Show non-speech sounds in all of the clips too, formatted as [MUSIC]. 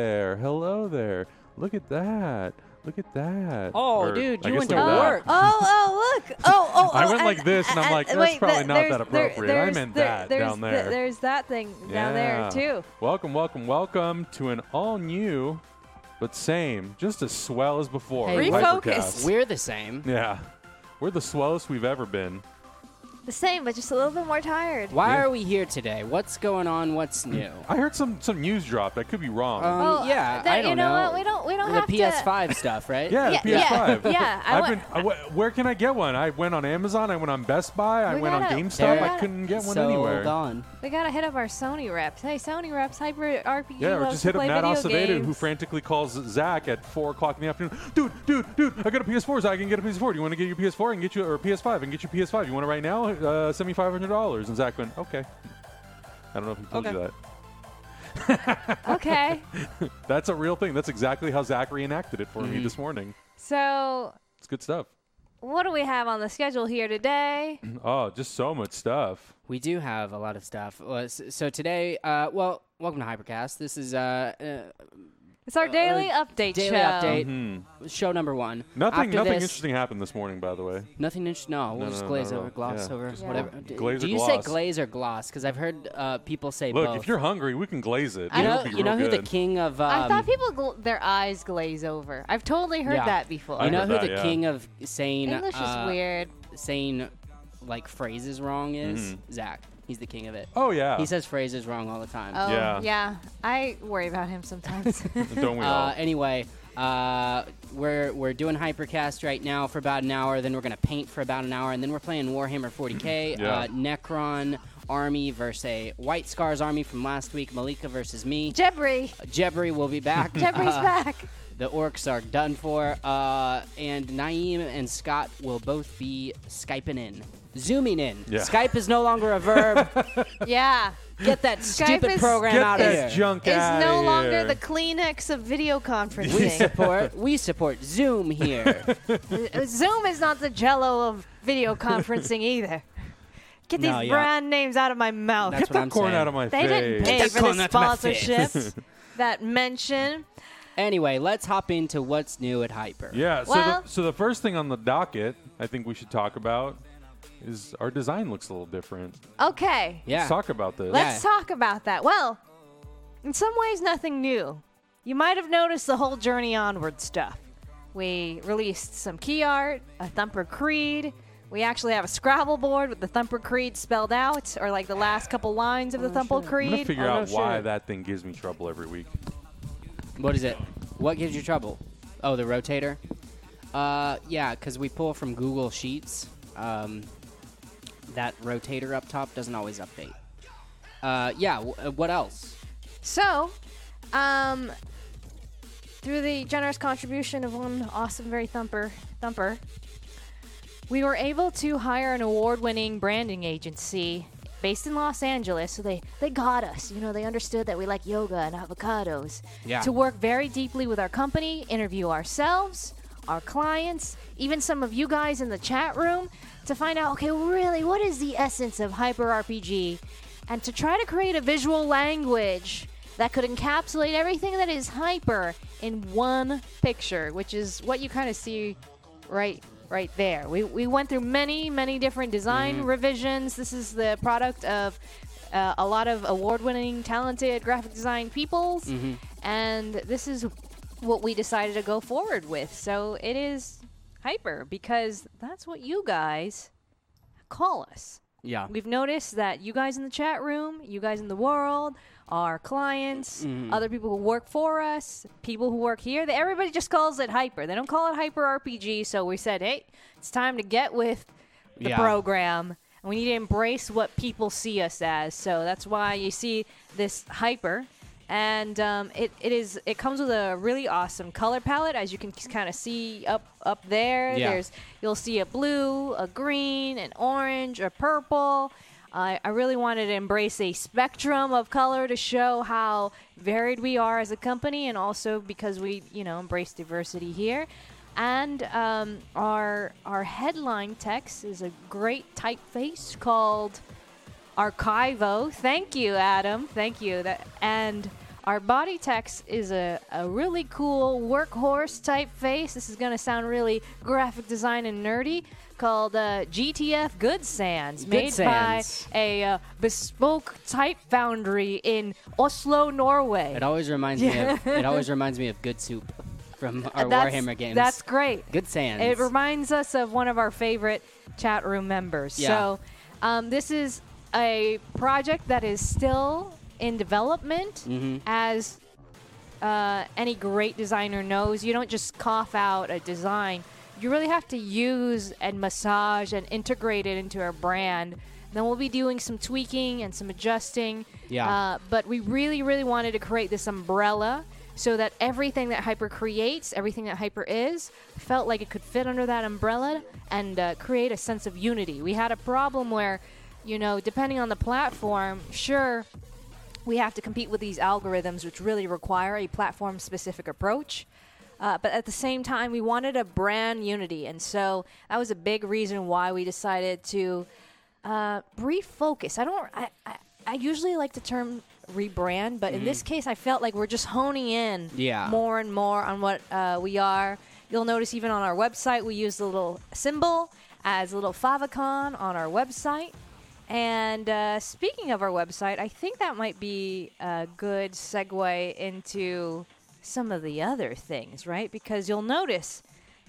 hello there. Look at that. Look at that. Oh, Or, dude, I you guess went like to that. work. Oh, oh, [LAUGHS] look. Oh, oh, oh. I went and- like this, and I'm and- like, that's wait, probably that- not there's- that there- appropriate. I there's meant the- that there's down the- there. there's that thing down Yeah. there, too. Welcome, welcome, welcome to an all new, but same, just as swell as before. Hey, Hypercast. We're the same. Yeah. We're the swellest we've ever been. The same, but just a little bit more tired. Why Yeah. are we here today? What's going on? What's new? I heard some, some news dropped. I could be wrong. Um, Oh, uh, yeah, that- I don't you know know. what? We don't- we don't the have to- [LAUGHS] PS5 stuff, right? yeah, yeah, the yeah, PS5. [LAUGHS] yeah, I I've wa- been, I wa- where can I get one? I went on Amazon. I went on Best Buy. I We went on gotta- GameStop. I Derek, couldn't get one so anywhere. gone. We gotta hit up our Sony reps. Hey, Sony reps, Hyper RPG Yeah, or loves just to hit up play Matt video Acevedo, games. who frantically calls Zach at 4 o'clock in the afternoon. Dude, dude, dude, I got a PS4, Zach, I can get a PS4. Do you want to get your PS4 and get you, or PS5 and get your PS5? You want it right now? Uh, send me $500. And Zach went, okay. I don't know if he told you Okay. that. [LAUGHS] okay, That's a real thing. That's exactly how Zach reenacted it for Mm-hmm. me this morning. so It's good stuff. what do we have on the schedule here today? Oh, just so much stuff. We do have a lot of stuff. Uh, s- So today, uh, well, welcome to Hypercast. This is uh, It's our daily update daily show. update, show number one. Mm-hmm. Nothing, After nothing this- interesting happened this morning, by the way. Nothing interesting. No, we'll No, just no, glaze not at over, all. gloss Yeah. over, Yeah. whatever. Glaze D- or Do you gloss? say glaze or gloss? Because I've heard uh, people say Look, both. if you're hungry, we can glaze it. I you It'll know, be you know real who the good. king of. Um, I thought people gl- their eyes glaze over. I've totally heard yeah. that before. You know heard who that, the yeah. king of saying English uh, is weird. saying like phrases wrong is Zach. He's the king of it. Mm-hmm. Oh, yeah. He says phrases wrong all the time. Oh, yeah. yeah. I worry about [LAUGHS] him sometimes. Don't we all? Uh, anyway, uh, we're we're doing Hypercast right now for about an hour. Then we're gonna paint for about an hour, and then we're playing Warhammer 40k. Yeah. uh, Necron army versus a White Scars army from last week. Malika versus me. Jebri. Jebri will be back. [LAUGHS] Jebri's Uh, back. The orcs are done for, uh, and Naeem and Scott will both be skyping in, zooming in. Yeah. Skype is no longer [LAUGHS] a verb. Yeah. Get that stupid is- program Get out of that here. junk Is out no longer the Kleenex of video we conferencing. support. [LAUGHS] We support Zoom here. Uh, [LAUGHS] Zoom is not the jello of video conferencing either. Get these No, yeah. brand names out of my mouth. That's what I'm corn saying. out of my [LAUGHS] they face. didn't pay Get that for the corn out of my face. sponsorship, [LAUGHS] that mention. Anyway, let's hop into what's new at Hyper. Yeah. So, Well- the, so the first thing on the docket, I think we should talk about, is our design looks a little different. Okay, Yeah. Let's talk about this. let's Yeah. talk about that. Well, in some ways, nothing new. You might have noticed the whole Journey Onward stuff. We released some key art, a Thumper Creed. We actually have a Scrabble board with the Thumper Creed spelled out, or like the last couple lines of the Thumper I'm gonna Creed. figure Oh, no out why shit. that thing gives me trouble every week. What is it? What gives you trouble? Oh, the rotator. Uh, yeah, because we pull from Google Sheets. Um, that rotator up top doesn't always update. Uh, yeah. W- uh, what else? So, um, through the generous contribution of one awesome, very thumper, thumper, we were able to hire an award-winning branding agency based in Los Angeles. So they they got us. You know, they understood that we like yoga and avocados. Yeah. To work very deeply with our company, interview ourselves, our clients, even some of you guys in the chat room, to find out okay, really, what is the essence of hyper RPG, and to try to create a visual language that could encapsulate everything that is hyper in one picture, which is what you kind of see right right there we, we went through many many different design revisions this is the product of uh, a lot of award-winning talented graphic design peoples and this is what we decided to go forward with so it is hyper because that's what you guys call us Yeah. We've noticed that you guys in the chat room, you guys in the world, our clients, other people who work for us, people who work here, they, everybody just calls it hyper. They don't call it hyper RPG. So we said, hey, it's time to get with the Yeah. program. And we need to embrace what people see us as. So that's why you see this hyper. And um, it, it is it comes with a really awesome color palette, as you can kind of see up up there. Yeah. There's you'll see a blue, a green, an orange, a purple. I I really wanted to embrace a spectrum of color to show how varied we are as a company, and also because we, you know, embrace diversity here. And um, our our headline text is a great typeface called Archivo. Thank you, Adam. Thank you. That and Our body text is a, a really cool workhorse type face. This is going to sound really graphic design and nerdy called uh, GTF Good Sands, Good made Sands. by a uh, bespoke type foundry in Oslo, Norway. It always reminds me of it [LAUGHS] always reminds me of good soup from our Uh, That's- Warhammer games. That's great. good sands. It reminds us of one of our favorite chat room members. Yeah. So, um, this is a project that is still in development. As uh, any great designer knows, you don't just cough out a design. You really have to use and massage and integrate it into our brand. Then we'll be doing some tweaking and some adjusting. Yeah. Uh, but we really, really wanted to create this umbrella so that everything that Hyper creates, everything that Hyper is, felt like it could fit under that umbrella and uh, create a sense of unity. We had a problem where, you know, depending on the platform, sure, we have to compete with these algorithms, which really require a platform specific approach. Uh, but at the same time, we wanted a brand unity. And so that was a big reason why we decided to uh, refocus. I don't, I, I, I usually like the term rebrand, but in this case, I felt like we're just honing in Yeah. more and more on what uh, we are. You'll notice even on our website, we use the little symbol as a little favicon on our website. And uh, speaking of our website, I think that might be a good segue into some of the other things, right? Because you'll notice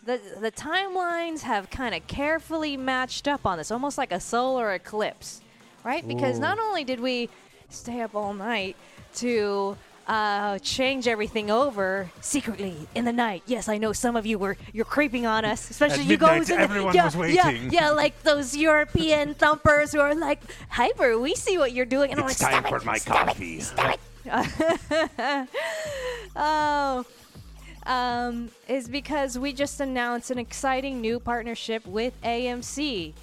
the the timelines have kind of carefully matched up on this, almost like a solar eclipse, right? Because Ooh. not only did we stay up all night to uh, change everything over secretly in the night. Yes, I know some of you were you're creeping on us, especially you midnight, guys. in the- everyone yeah, was Yeah, waiting. yeah, like those European thumpers who are like, "Hyper, we see what you're doing," and I'm like, "Stop it, stop it, stop it." oh, um, is because we just announced an exciting new partnership with AMC.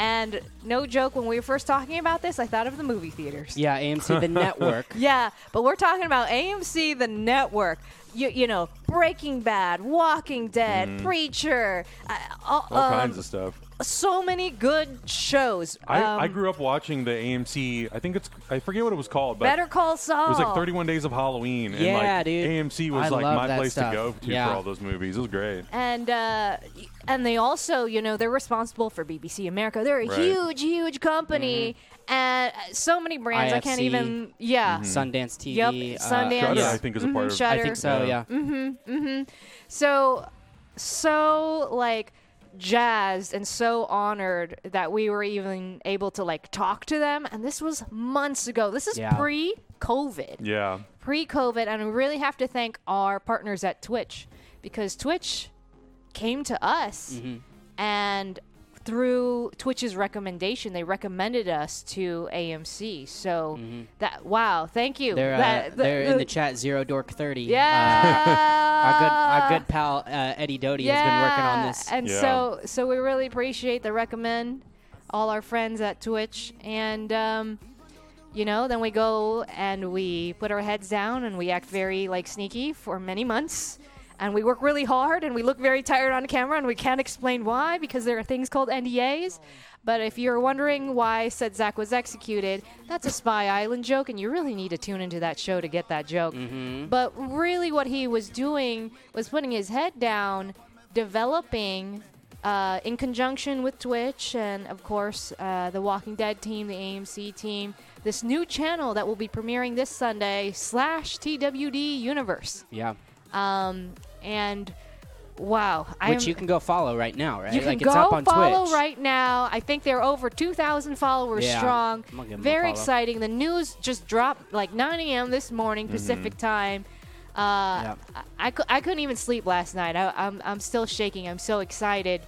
And no joke, when we were first talking about this, I thought of the movie theaters. yeah, AMC [LAUGHS] the network. Yeah, but we're talking about AMC, the network. You, you know, Breaking Bad, Walking Dead, Preacher, uh, all, Mm-hmm. All um, kinds of stuff. so many good shows. I, I Um, grew up watching the AMC. I think it's I forget what it was called, but Better Call Saul. it was like 31 Days of Halloween. and Oh. Yeah, like, dude. AMC was I like love my that place stuff. to go to Yeah. for all those movies. It was great. and uh, and they also, you know, they're responsible for BBC America. They're a Right. Mm-hmm. huge, huge company, and uh, so many brands. I can't IFC. even. Yeah. Sundance TV. Yep, uh, Hmm. Sundance. Mm-hmm. Shudder, yeah. I think, is a part of. I Shudder. think so. Yeah. Yeah. Mm-hmm. So, so like jazzed and so honored that we were even able to like talk to them. And this was months ago. This is Yeah. pre COVID Yeah. pre-COVID, and we really have to thank our partners at Twitch because Twitch came to us Mm-hmm. and through Twitch's recommendation, they recommended us to AMC. So that wow, thank you. Mm-hmm. They're, uh, That- the- they're in the- the chat. Zero Dork Thirty. uh, Yeah, [LAUGHS] our good our [LAUGHS] good pal uh, Eddie Doty has been working on this. and Yeah. so so we really appreciate the recommend, all our friends at Twitch, and um, you know, then we go and we put our heads down and we act very like sneaky for many months. And we work really hard and we look very tired on camera and we can't explain why because there are things called NDAs. But if you're wondering why said Zach was executed, that's a Spy Island joke and you really need to tune into that show to get that joke. Mm-hmm. But really, what he was doing was putting his head down, developing uh, in conjunction with Twitch and, of course, uh, the Walking Dead team, the AMC team, this new channel that will be premiering this Sunday, slash TWD Universe. Yeah. Um, and wow. Which you can go follow right now, right? you can like go it's up on follow Twitch. right now. I think they're over 2,000 followers Yeah. strong. I'm gonna give 'em a Very follow. exciting. The news just dropped like 9 a.m. this morning Pacific time. Uh, Mm-hmm. Yeah. I I, cou- I couldn't even sleep last night. I, I'm, I'm still shaking. I'm so excited.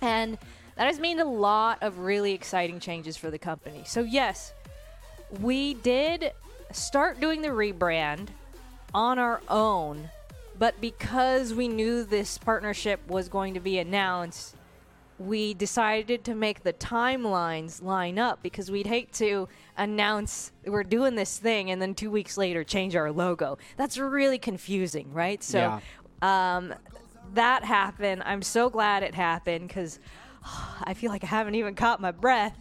And that has meant a lot of really exciting changes for the company. So, yes, we did start doing the rebrand on our own, but because we knew this partnership was going to be announced, we decided to make the timelines line up because we'd hate to announce we're doing this thing and then two weeks later change our logo. That's really confusing, right? So Yeah. um, that happened. I'm so glad it happened because I feel like I haven't even caught my breath.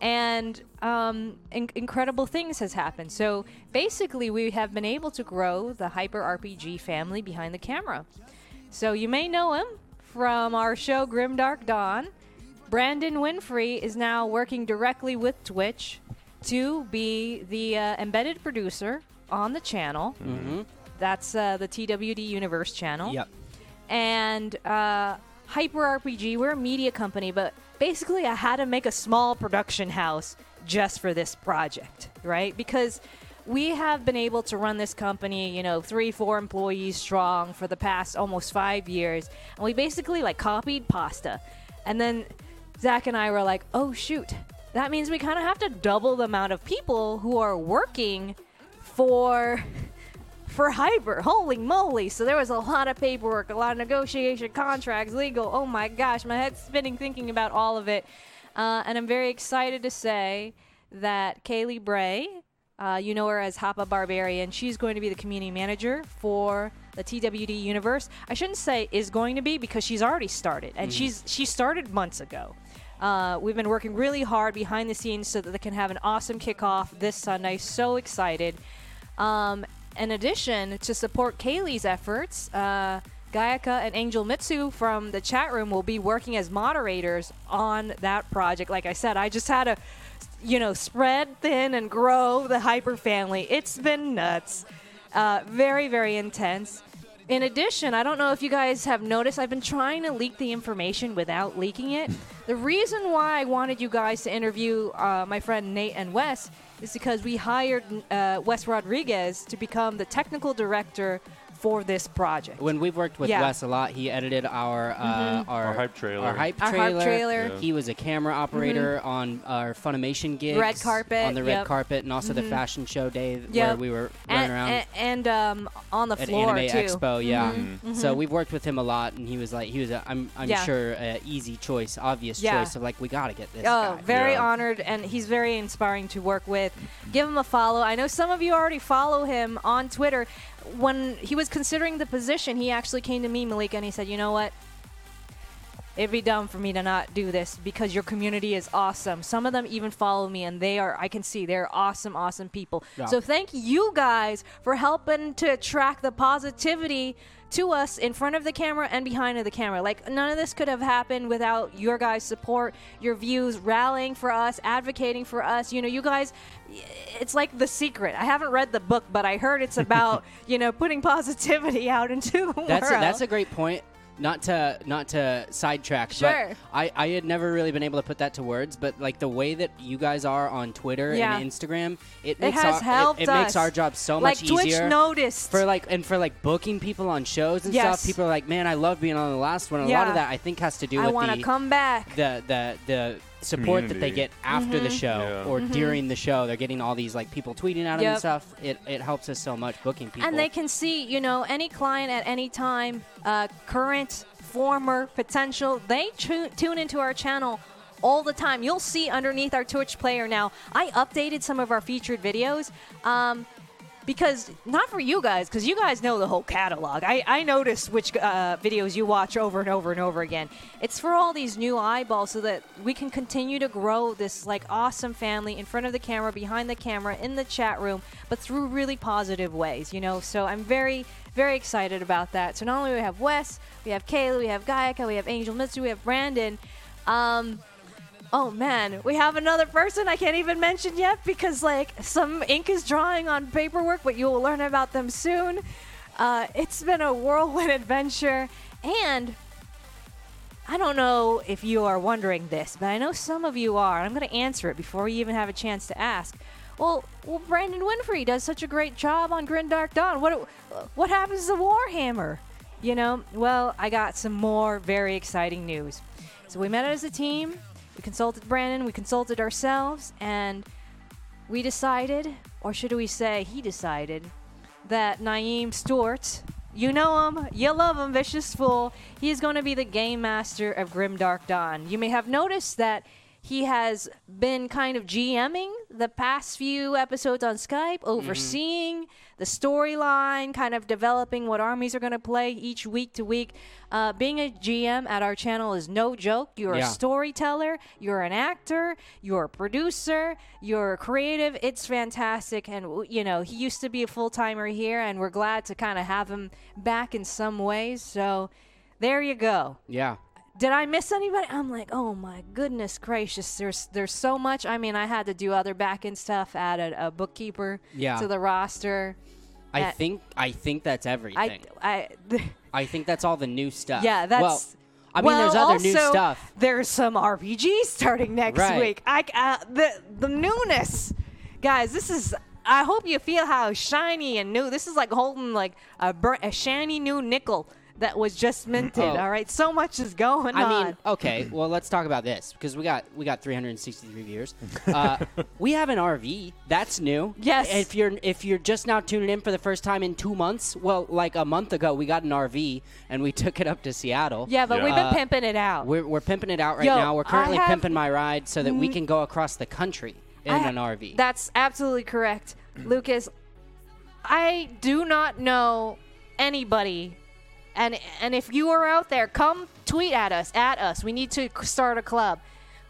and um, in- incredible things has happened. So basically, we have been able to grow the Hyper RPG family behind the camera. So you may know him from our show Grimdark Dawn. Brandon Winfrey is now working directly with Twitch to be the uh, embedded producer on the channel. Mm-hmm. That's uh, the TWD Universe channel Yep. and uh, Hyper RPG. We're a media company, but basically, I had to make a small production house just for this project, right? Because we have been able to run this company, you know, three, four employees strong for the past almost five years, and we basically like copied pasta, and then Zach and I were like, oh shoot, that means we kind of have to double the amount of people who are working for for Hyper. Holy moly. So there was a lot of paperwork, a lot of negotiation, contracts, legal. Oh my gosh, my head's spinning thinking about all of it. Uh, and I'm very excited to say that Kaylee Bray, uh, you know her as Hapa Barbarian, she's going to be the community manager for the TWD universe. I shouldn't say is going to be because she's already started, and she's she started months ago. Uh, we've been working really hard behind the scenes so that they can have an awesome kickoff this Sunday. So excited. Um, in addition, to support Kaylee's efforts, uh, Gayaka and Angel Mitsu from the chat room will be working as moderators on that project. Like I said, I just had to, you know, spread thin and grow the Hyper family. It's been nuts. Uh, very, very intense. In addition, I don't know if you guys have noticed, I've been trying to leak the information without [LAUGHS] leaking it. The reason why I wanted you guys to interview uh, my friend Nate and Wes is because we hired uh, Wes Rodriguez to become the technical director for this project. When we've worked with Yeah. Mm-hmm. Wes a lot, he edited our uh, our, Our hype trailer. Our hype Our trailer. hype trailer. Mm-hmm. Yeah. He was a camera operator on our Funimation gigs, Red carpet, on the red yep. Mm-hmm. carpet, and also the fashion show day th- where Yep. we were running and around and, and, um, on the at floor Anime too. Mm-hmm. Expo. Yeah, so we've worked with him a lot, and he was like, he was, a, I'm, I'm Yeah. sure, a easy choice, obvious Yeah. choice of like, we gotta get this. Oh, guy. very Yeah. honored, and he's very inspiring to work with. Give him a follow. I know some of you already follow him on Twitter. When he was considering the position, he actually came to me, Malika, and he said, "You know what? It'd be dumb for me to not do this because your community is awesome. Some of them even follow me, and they are, I can see, they're awesome, awesome people. Yeah. So thank you guys for helping to attract the positivity to us in front of the camera and behind of the camera. Like, none of this could have happened without your guys' support, your views, rallying for us, advocating for us. You know, you guys, it's like The Secret. I haven't read the book, but I heard [LAUGHS] it's about, you know, putting positivity out into the That's a, world. that's a great point. Not to not to sidetrack, Sure. but I, I had never really been able to put that to words, but like the way that you guys are on Twitter Yeah. and Instagram, it it makes has our, it- helped it, us. makes our job so like much Twitch easier. noticed. for like and for like booking people on shows and Yes. stuff, people are like, "Man, I love being on the last one." A lot Yeah. of that I think has to do I with want to the, come back. the the the support that they Community. get after Mm-hmm. the show Yeah. or during the show. They're getting all these like people tweeting at them Yep. and stuff. It it helps us so much booking people. And they can see, you know, any client at any time, uh, current, former, potential. They tu- tune into our channel all the time. You'll see underneath our Twitch player now. I updated some of our featured videos. Um, because not for you guys, because you guys know the whole catalog. I, I notice which uh, videos you watch over and over and over again. It's for all these new eyeballs so that we can continue to grow this like awesome family in front of the camera, behind the camera, in the chat room, but through really positive ways, you know. So I'm very very excited about that. So not only we have Wes, we have Kayla, we have Gaiaka, we have Angel Mitsu, we have Brandon. Um, Oh man, we have another person I can't even mention yet because like some ink is drawing on paperwork, but you will learn about them soon. Uh, it's been a whirlwind [LAUGHS] adventure, and I don't know if you are wondering this, but I know some of you are. and I'm going to answer it before you even have a chance to ask. Well, well, Brandon Winfrey does such a great job on Grimdark Dawn. What what happens to Warhammer? You know, well, I got some more very exciting news. So we met as a team. We consulted Brandon. We consulted ourselves, and we decided, or should we say, he decided, that Naeem Stewart, you know him, you love him, Vicious Fool, he is going to be the game master of Grimdark Dawn. You may have noticed that He has been kind of GMing the past few episodes on Skype, overseeing the storyline, kind of developing what armies are going to play each week to week. Uh, being a GM at our channel is no joke. You're Yeah. a storyteller, you're an actor, you're a producer, you're creative. It's fantastic. And, w- you know, he used to be a full timer here, and we're glad to kind of have him back in some ways. So there you go Yeah. did I miss anybody? I'm like, oh my goodness gracious, there's there's so much. I mean, I had to do other back end stuff, added a bookkeeper Yeah. to the roster. I That- think I think that's I, everything. I, [LAUGHS] I, think that's all the new stuff. yeah, that's. Well, I mean, there's well, other new also, stuff. There's some RPGs starting next Right. week. I c- uh, the the newness, guys. This is. I hope you feel how shiny and new. This is like holding like a, bur- a shiny new nickel that was just minted. Oh. All right, so much is going on. I mean, okay. Well, let's talk about this because we got we got [LAUGHS] 363 viewers. Uh, we have an RV. That's new. Yes. If you're if you're just now tuning in for the first time in two months, well, like a month ago, we got an RV and we [LAUGHS] took it up to Seattle. yeah, but Yeah. we've been Uh, pimping it out. We're, we're pimping it out right Yo, now. We're I currently have- Mm. pimping my ride so that we can go across the country in I ha- an RV. That's absolutely correct, Lucas. I do not know anybody, and and if you are out there, come tweet at us at us. We need to c- start a club.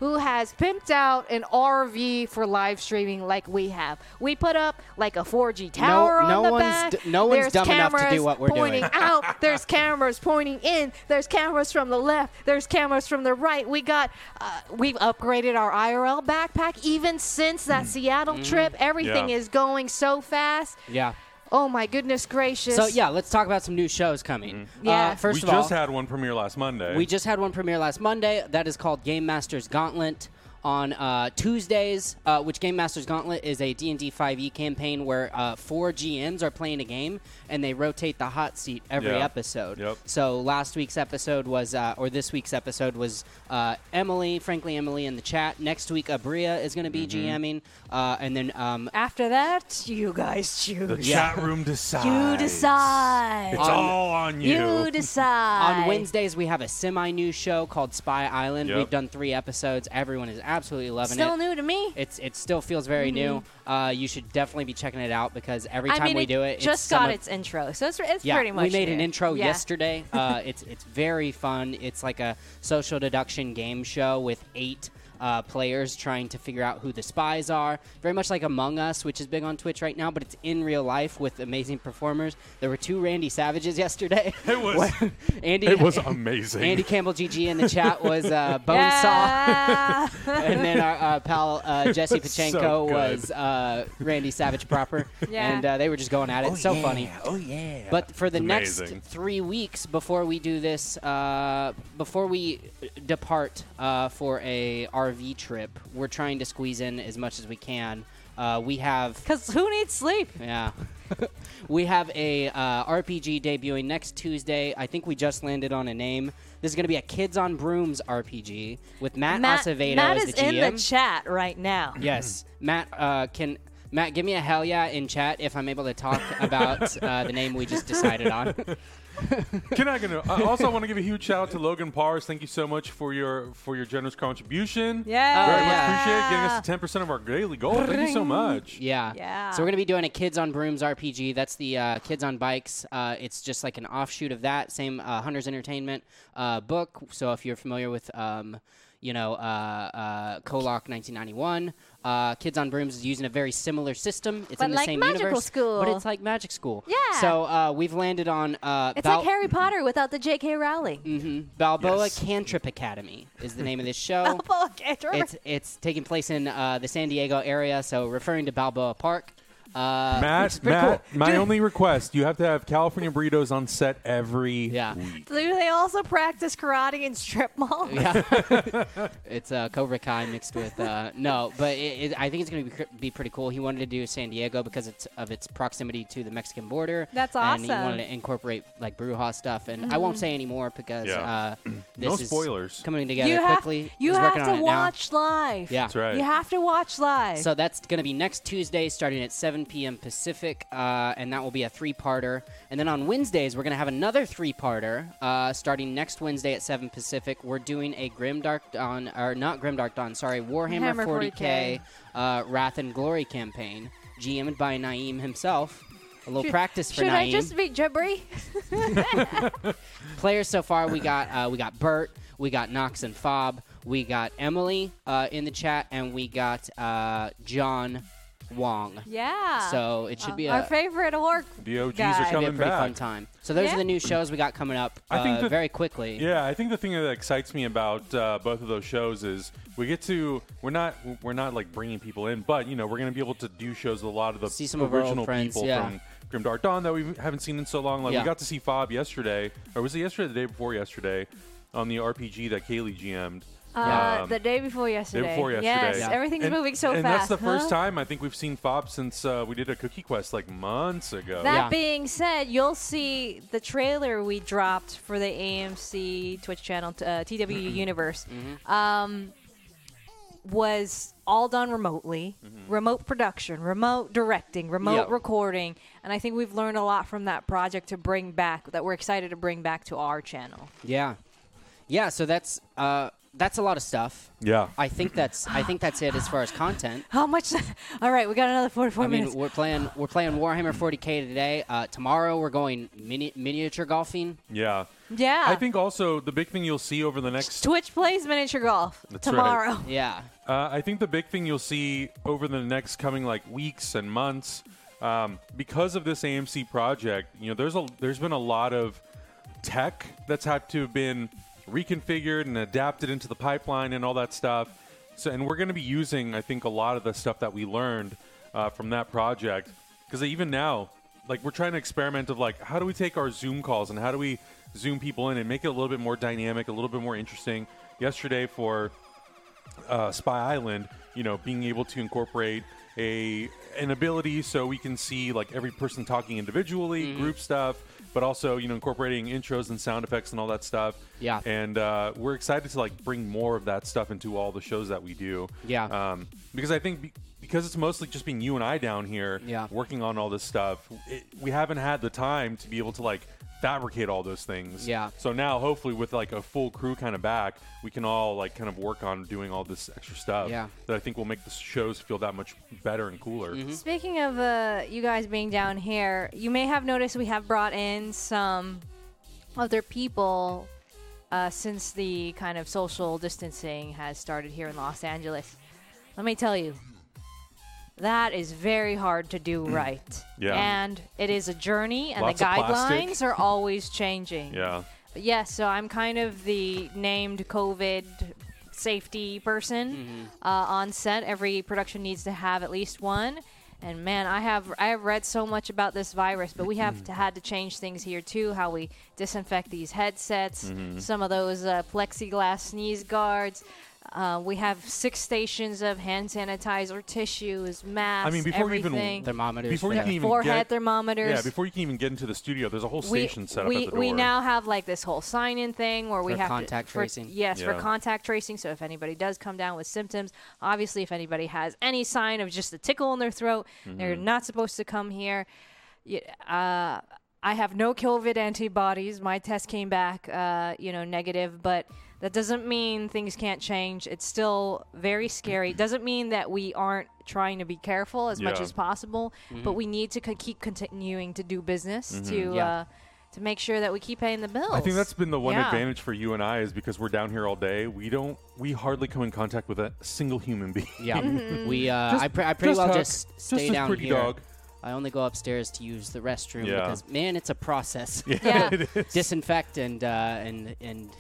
Who has pimped out an RV for live streaming like we have? We put up like a 4G tower no on the one's back. d- no one's There's dumb enough to do cameras what we're doing. pointing out. There's cameras pointing in. There's cameras from the left. There's cameras from the right. We got, uh, we've upgraded our IRL backpack even since Mm. that Seattle trip. Everything Yeah. is going so fast. yeah. Oh my goodness gracious. So yeah, let's talk about some new shows coming. Uh, Yeah. first we of all, just had one premiere last Monday. We just had one premiere last Monday. That is called Game Masters Gauntlet on uh, Tuesdays, uh, which Game Masters Gauntlet is a D&D 5e E campaign where uh, four GMs are playing a game and they rotate the hot seat every Yeah. episode. Yep. So last week's episode was, uh, or this week's episode was uh, Emily, frankly Emily in the chat. Next week, Abria is going to Mm-hmm. be GMing, uh, and then um, After that, you guys choose. the Yeah. chat room decides. you decide. It's On- all on you. you decide. [LAUGHS] On Wednesdays, we have a semi-new show called Spy Island. Yep. We've done three episodes. Everyone is absolutely loving Still it. new to me. It's it still feels very new. Uh, you should definitely be checking it out because every time Mm-hmm. I mean, we it do it, it's just some got of- its intro, so it's, it's Yeah, pretty much. we made an new. intro Yeah. [LAUGHS] yesterday. Uh, it's it's very fun. It's like a social deduction game show with eight. Uh, players trying to figure out who the spies are, very much like Among Us, which is big on Twitch right now, but it's in real life with amazing performers. There were two Randy Savages [LAUGHS] yesterday. It was- [LAUGHS] Andy. It was amazing. Andy Campbell GG in the chat was [LAUGHS] uh, Bonesaw, [LAUGHS] Yeah. [LAUGHS] and then our uh, pal [LAUGHS] uh, Jesse was so Pachenko good. was uh, Randy Savage proper, [LAUGHS] Yeah. and uh, they were just going at it. so funny. Oh yeah. But for the Amazing. next three weeks before we do this, uh, before we depart uh, for a RV trip, we're trying to squeeze in as much as we can. Uh, we have Because who needs sleep? yeah. [LAUGHS] we have a uh, RPG debuting next Tuesday. I think we just landed on a name. This is going to be a Kids on Brooms RPG with Matt, Matt, Acevedo Matt as is the GM. in the chat right now. yes, Matt uh, can. Matt, give me a hell yeah in chat if I'm able to talk about uh, the name we just decided [LAUGHS] on. Can I, can I I also want to give a huge shout out to Logan Pars. Thank you so much for your for your generous contribution. Yeah. Very much Yeah. appreciate it. Getting us to ten percent of our daily goal. Thank you so much. Yeah. Yeah. So we're gonna be doing a Kids on Brooms RPG. That's the uh, Kids on Bikes. Uh, it's just like an offshoot of that same uh, Hunter's Entertainment uh, book. So if you're familiar with, um, you know, uh, uh, Kolok 1991, uh, Kids on Brooms is using a very similar system. It's But in the like same Magical universe, School. but it's like Magic School. Yeah. So uh, we've landed on uh, It's Bal- like Harry Potter without the J.K. Rowling. Mm-hmm. Balboa Yes. Cantrip Academy is the name [LAUGHS] of this show. It's It's it's taking place in uh, the San Diego area, so referring to Balboa Park. Uh, [LAUGHS] which is Matt, pretty Matt, cool. my only request: you have to have California burritos on set every Yeah. week. Do they also practice karate in strip malls? [LAUGHS] It's uh, Cobra Kai mixed with uh, no, but it, it, I think it's going to be, be pretty cool. He wanted to do San Diego because it's of its proximity to the Mexican border. That's And he awesome. Mm-hmm. wanted to incorporate like Bruja stuff, and I won't say any more because Yeah. uh, [CLEARS THROAT] this No is spoilers. coming together You have, quickly. you He's have working to on it now. watch live. Yeah. That's right. You have to watch live. So that's going to be next Tuesday, starting at 7 7 p.m. Pacific, uh, and that will be a three-parter. And then on Wednesdays, we're going to have another three-parter uh, starting next Wednesday at 7 Pacific. We're doing a Grimdark Dawn, or not Grimdark Dawn, sorry, Warhammer Warhammer 40k, Uh, Wrath and Glory campaign, GM'd by Naeem himself. A little practice for Should Naeem. I just be Jabri? Players so far, we got uh, we got Bert, we got Knox and Fob, we got Emily uh, in the chat, and we got uh, John Wong. [LAUGHS] Yeah. So it should be a, Uh, our favorite orc. The OGs Guys. are should It'll be a coming pretty back. fun time. So those Yeah. are the new shows we got coming up uh, I think that- very quickly. Yeah, I think the thing that excites me about uh, both of those shows is we get to we're not we're not like bringing people in, but you know we're gonna be able to do shows with a lot of the See some of our old original friends, people yeah. from Grim Dark Dawn that we haven't seen in so long. Like Yeah. we got to see Fob yesterday, or was it yesterday? The day before yesterday, on the RPG that Kaylee GM'd. Uh, Um, the day before yesterday. Day before yesterday. Yes, everything's And- moving so and fast. that's the huh? first time I think we've seen Fob since uh, we did a cookie quest like months ago. That Yeah. being said, you'll see the trailer we dropped for the AMC Twitch channel, t- uh, TW Universe, um, was all done remotely, remote production, remote directing, remote Yeah. recording, and I think we've learned a lot from that project to bring back that we're excited to bring back to our channel. yeah, yeah. So that's uh, that's a lot of stuff. yeah. I think that's I think that's it as far as content. How much? [LAUGHS] all right, we got another forty-four I mean, minutes. we're playing we're playing Warhammer 40k today. Uh, tomorrow we're going mini- miniature golfing. yeah. Yeah. I think also the big thing you'll see over the next Twitch plays miniature golf That's right. tomorrow. Yeah, Uh, I think the big thing you'll see over the next coming like weeks and months, um, because of this AMC project, you know, there's a there's been a lot of tech that's had to have been reconfigured and adapted into the pipeline and all that stuff. So, and we're going to be using, I think, a lot of the stuff that we learned uh, from that project because even now, like we're trying to experiment of like how do we take our Zoom calls and how do we zoom people in and make it a little bit more dynamic, a little bit more interesting. Yesterday for uh, Spy Island, you know, being able to incorporate a an ability so we can see like every person talking individually, Mm-hmm. group stuff, but also you know incorporating intros and sound effects and all that stuff. Yeah. and uh, we're excited to like bring more of that stuff into all the shows that we do. Yeah. um, because I think. Be- because it's mostly just being you and I down here Yeah. working on all this stuff, it, we haven't had the time to be able to like fabricate all those things. Yeah. So now, hopefully, with like a full crew kind of back, we can all like kind of work on doing all this extra stuff. Yeah. That I think will make the shows feel that much better and cooler. Mm-hmm. Speaking of uh, you guys being down here, you may have noticed we have brought in some other people uh, since the kind of social distancing has started here in Los Angeles. Let me tell you, that is very hard to do right. Mm. Yeah. And it is a journey, and Lots the of plastic. guidelines are always [LAUGHS] changing. Yeah. Yes, so I'm kind of the named COVID safety person Mm-hmm. uh, on set. Every production needs to have at least one. And man, I have I have read so much about this virus, but we Mm. have to, had to change things here too. How we disinfect these headsets, Mm-hmm. some of those uh, plexiglass sneeze guards. Uh, we have six stations of hand sanitizer, tissues, masks. I mean, before we even- everything. thermometers. Before you there. can even forehead get, thermometers yeah, before you can even get into the studio, there's a whole station set up we, at the door. we now have like this whole sign in thing where we For have to- contact for- tracing. yes, for Yeah. contact tracing. So if anybody does come down with symptoms, obviously if anybody has any sign of just a tickle in their throat, they're Mm-hmm. not supposed to come here. Y- Uh, I have no COVID antibodies. My test came back, uh, you know, negative, but that doesn't mean things can't change. It's still very scary. It doesn't mean that we aren't trying to be careful as much Yeah. as possible, but we need to co- keep continuing to do business to Mm-hmm. Yeah. uh, to make sure that we keep paying the bills. I think that's been the one Yeah. advantage for you and I is because we're down here all day. We don't, we hardly come in contact with a single human being. [LAUGHS] Yeah, we. Uh, I, pre- I pretty just well hug. just stay Just this down pretty here. dog. [LAUGHS] I only go upstairs to use the restroom Yeah. because man, it's a [LAUGHS] process. yeah. [LAUGHS] Disinfect and uh, and and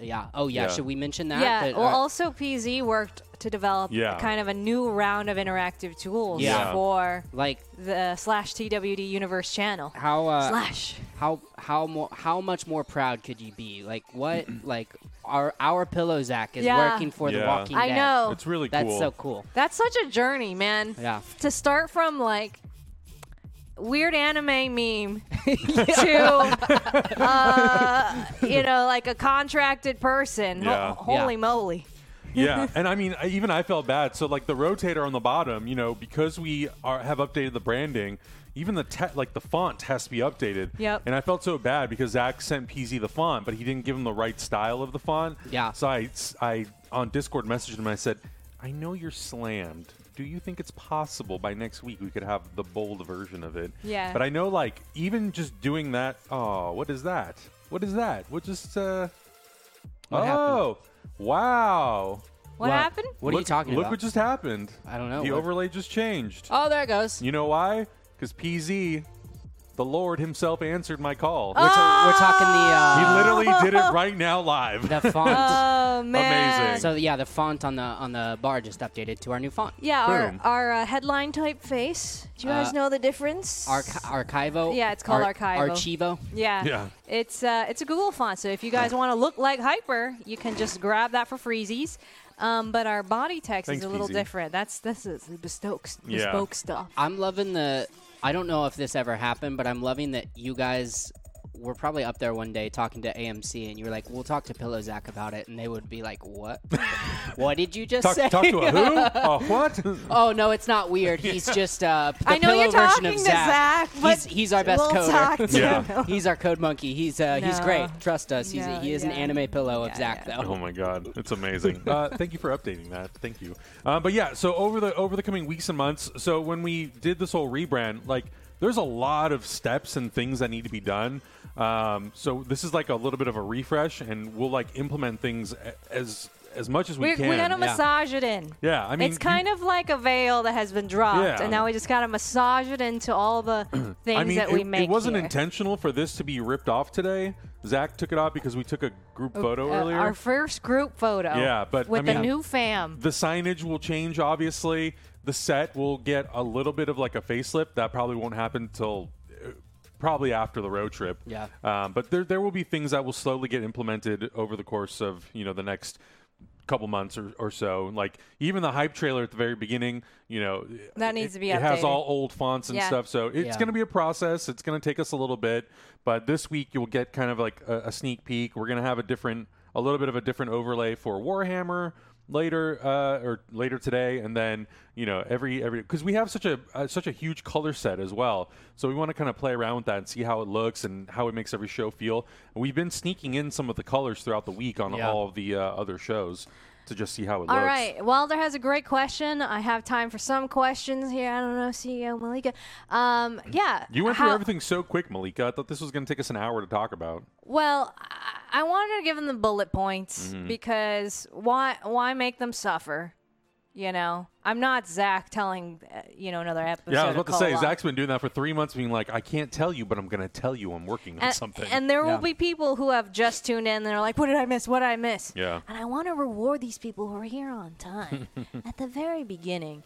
yeah. Oh yeah. Yeah. Should we mention that? Yeah. That, well, uh, also PZ worked to develop Yeah. kind of a new round of interactive tools Yeah. for like the slash TWD Universe channel. how uh, slash. how how more how much more proud could you be? Like [CLEARS THROAT] what? like our our pillow Zach is Yeah. working for the Yeah. Walking I Dead. know. It's really Oh, That's cool. so cool. That's such a journey, man. Yeah. To start from like weird anime meme [LAUGHS] [LAUGHS] to uh, you know like a contracted person. Ho- Yeah. holy Yeah. moly. [LAUGHS] yeah, and I mean, I- even I felt bad. So like the rotator on the bottom, you know, because we are have updated the branding, even the te- like the font has to be updated. Yep. And I felt so bad because Zach sent PZ the font, but he didn't give him the right style of the font. Yeah. So I I on Discord messaged him and I said, I know you're slammed. Do you think it's possible by next week we could have the bold version of it? Yeah. But I know like even just doing that. Oh, what is that? What is that? What just? uh What Oh, happened? wow. What, happened? What are you Look- talking look about? what just happened. I don't know. The What- overlay just changed. oh, there it goes. You know why? Because PZ, the Lord himself, answered my call. We're, ta- we're talking Oh. He the literally did it right now live. uh, the [LAUGHS] font. Oh man. Amazing. so yeah, the font on the on the bar just updated to our new font. Yeah, our, Boom. our uh, headline type face. Do you guys Uh, know the difference? Arch- archivo. Yeah, it's called Archivo. Archivo. yeah. Yeah. It's uh, it's a Google font, so if you guys want to look like Hyper, you can just grab that for freezies. Um, but our body text Thanks, is a little PZ. different. That's this is bespoke, Yeah. bespoke stuff. I'm loving the. I don't know if this ever happened, but I'm loving that you guys were probably up there one day talking to AMC, and you were like, "We'll talk to Pillow Zach about it," and they would be like, [LAUGHS] "What? what did you just Talk, say?" talk to a who? [LAUGHS] A what? [LAUGHS] Oh no, it's not weird. He's just uh, the I know pillow you're version of talking to Zach. Zach, but he's, he's our best we'll coder. talk to Yeah. him. [LAUGHS] he's our code monkey. He's uh, he's No. great. Trust us. He's No, he is an yeah. anime pillow of Yeah, Zach yeah. Oh though. my God, it's [LAUGHS] amazing. Uh, thank you for updating that. Thank you. Uh, but yeah, so over the over the coming weeks and months, so when we did this whole rebrand, like there's a lot of steps and things that need to be done. Um, so this is like a little bit of a refresh, and we'll like implement things a- as as much as we We're, can. we're gonna yeah. massage it in. Yeah, I mean, it's kind of like a veil that has been dropped, Yeah. and now we just gotta massage it into all the [CLEARS THROAT] things I mean, that it, we make. it wasn't here. intentional for this to be ripped off today. Zach took it off because we took a group photo Uh, earlier. Our first group photo. Yeah, but, I with the mean- new fam. The signage will change, obviously. The set will get a little bit of like a facelift. That probably won't happen till uh, probably after the road trip. Yeah. Um, but there, there will be things that will slowly get implemented over the course of you know the next couple months or, or so. Like even the hype trailer at the very beginning, you know, That it- needs to be It has updated. all old fonts and Yeah. stuff, so it's Yeah. going to be a process. It's going to take us a little bit, but this week you'll get kind of like a, a sneak peek. We're going to have a different, a little bit of a different overlay for Warhammer later uh, or later today, and then you know every every because we have such a uh, such a huge color set as well. So we want to kind of play around with that and see how it looks and how it makes every show feel. And we've been sneaking in some of the colors throughout the week on Yeah. all of the uh, other shows to just see how it All looks. right. Wilder has a great question. I have time for some questions here. I don't know, CEO Malika. Um, yeah. You went how- through everything so quick, Malika. I thought this was going to take us an hour to talk about. Well, I- I wanted to give them the bullet points Mm-hmm. because why? Why make them suffer? You know, I'm not Zach telling uh, you know another episode. Yeah, I was of about to say, Call Up. Zach's been doing that for three months, being like, I can't tell you, but I'm going to tell you I'm working on [LAUGHS] and, something. and there will Yeah. be people who have just tuned in and they're like, what did I miss? What did I miss? Yeah. And I want to reward these people who are here on time [LAUGHS] at the very beginning.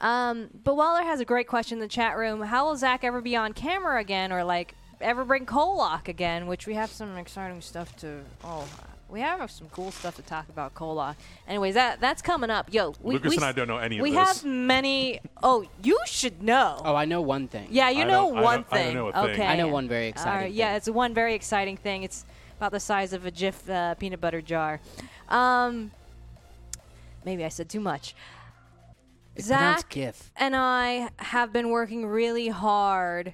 Um, but Waller has a great question in the chat room. How will Zach ever be on camera again or like ever bring Kolok again? Which we have some exciting stuff to. Oh, we have some cool stuff to talk about Kolok. Anyways, that that's coming up. Yo, we, Lucas we and s- I don't know any of We this. have many. Oh, you should know. [LAUGHS] Oh, I know one thing. Yeah, you I know don't- I one don't- I thing. don't know a thing. Okay. I know one very exciting Alright, Uh, Yeah, thing. it's one very exciting thing. It's about the size of a Jif uh, peanut butter jar. Um, maybe I said too much. It's pronounced Zach GIF. and I have been working really hard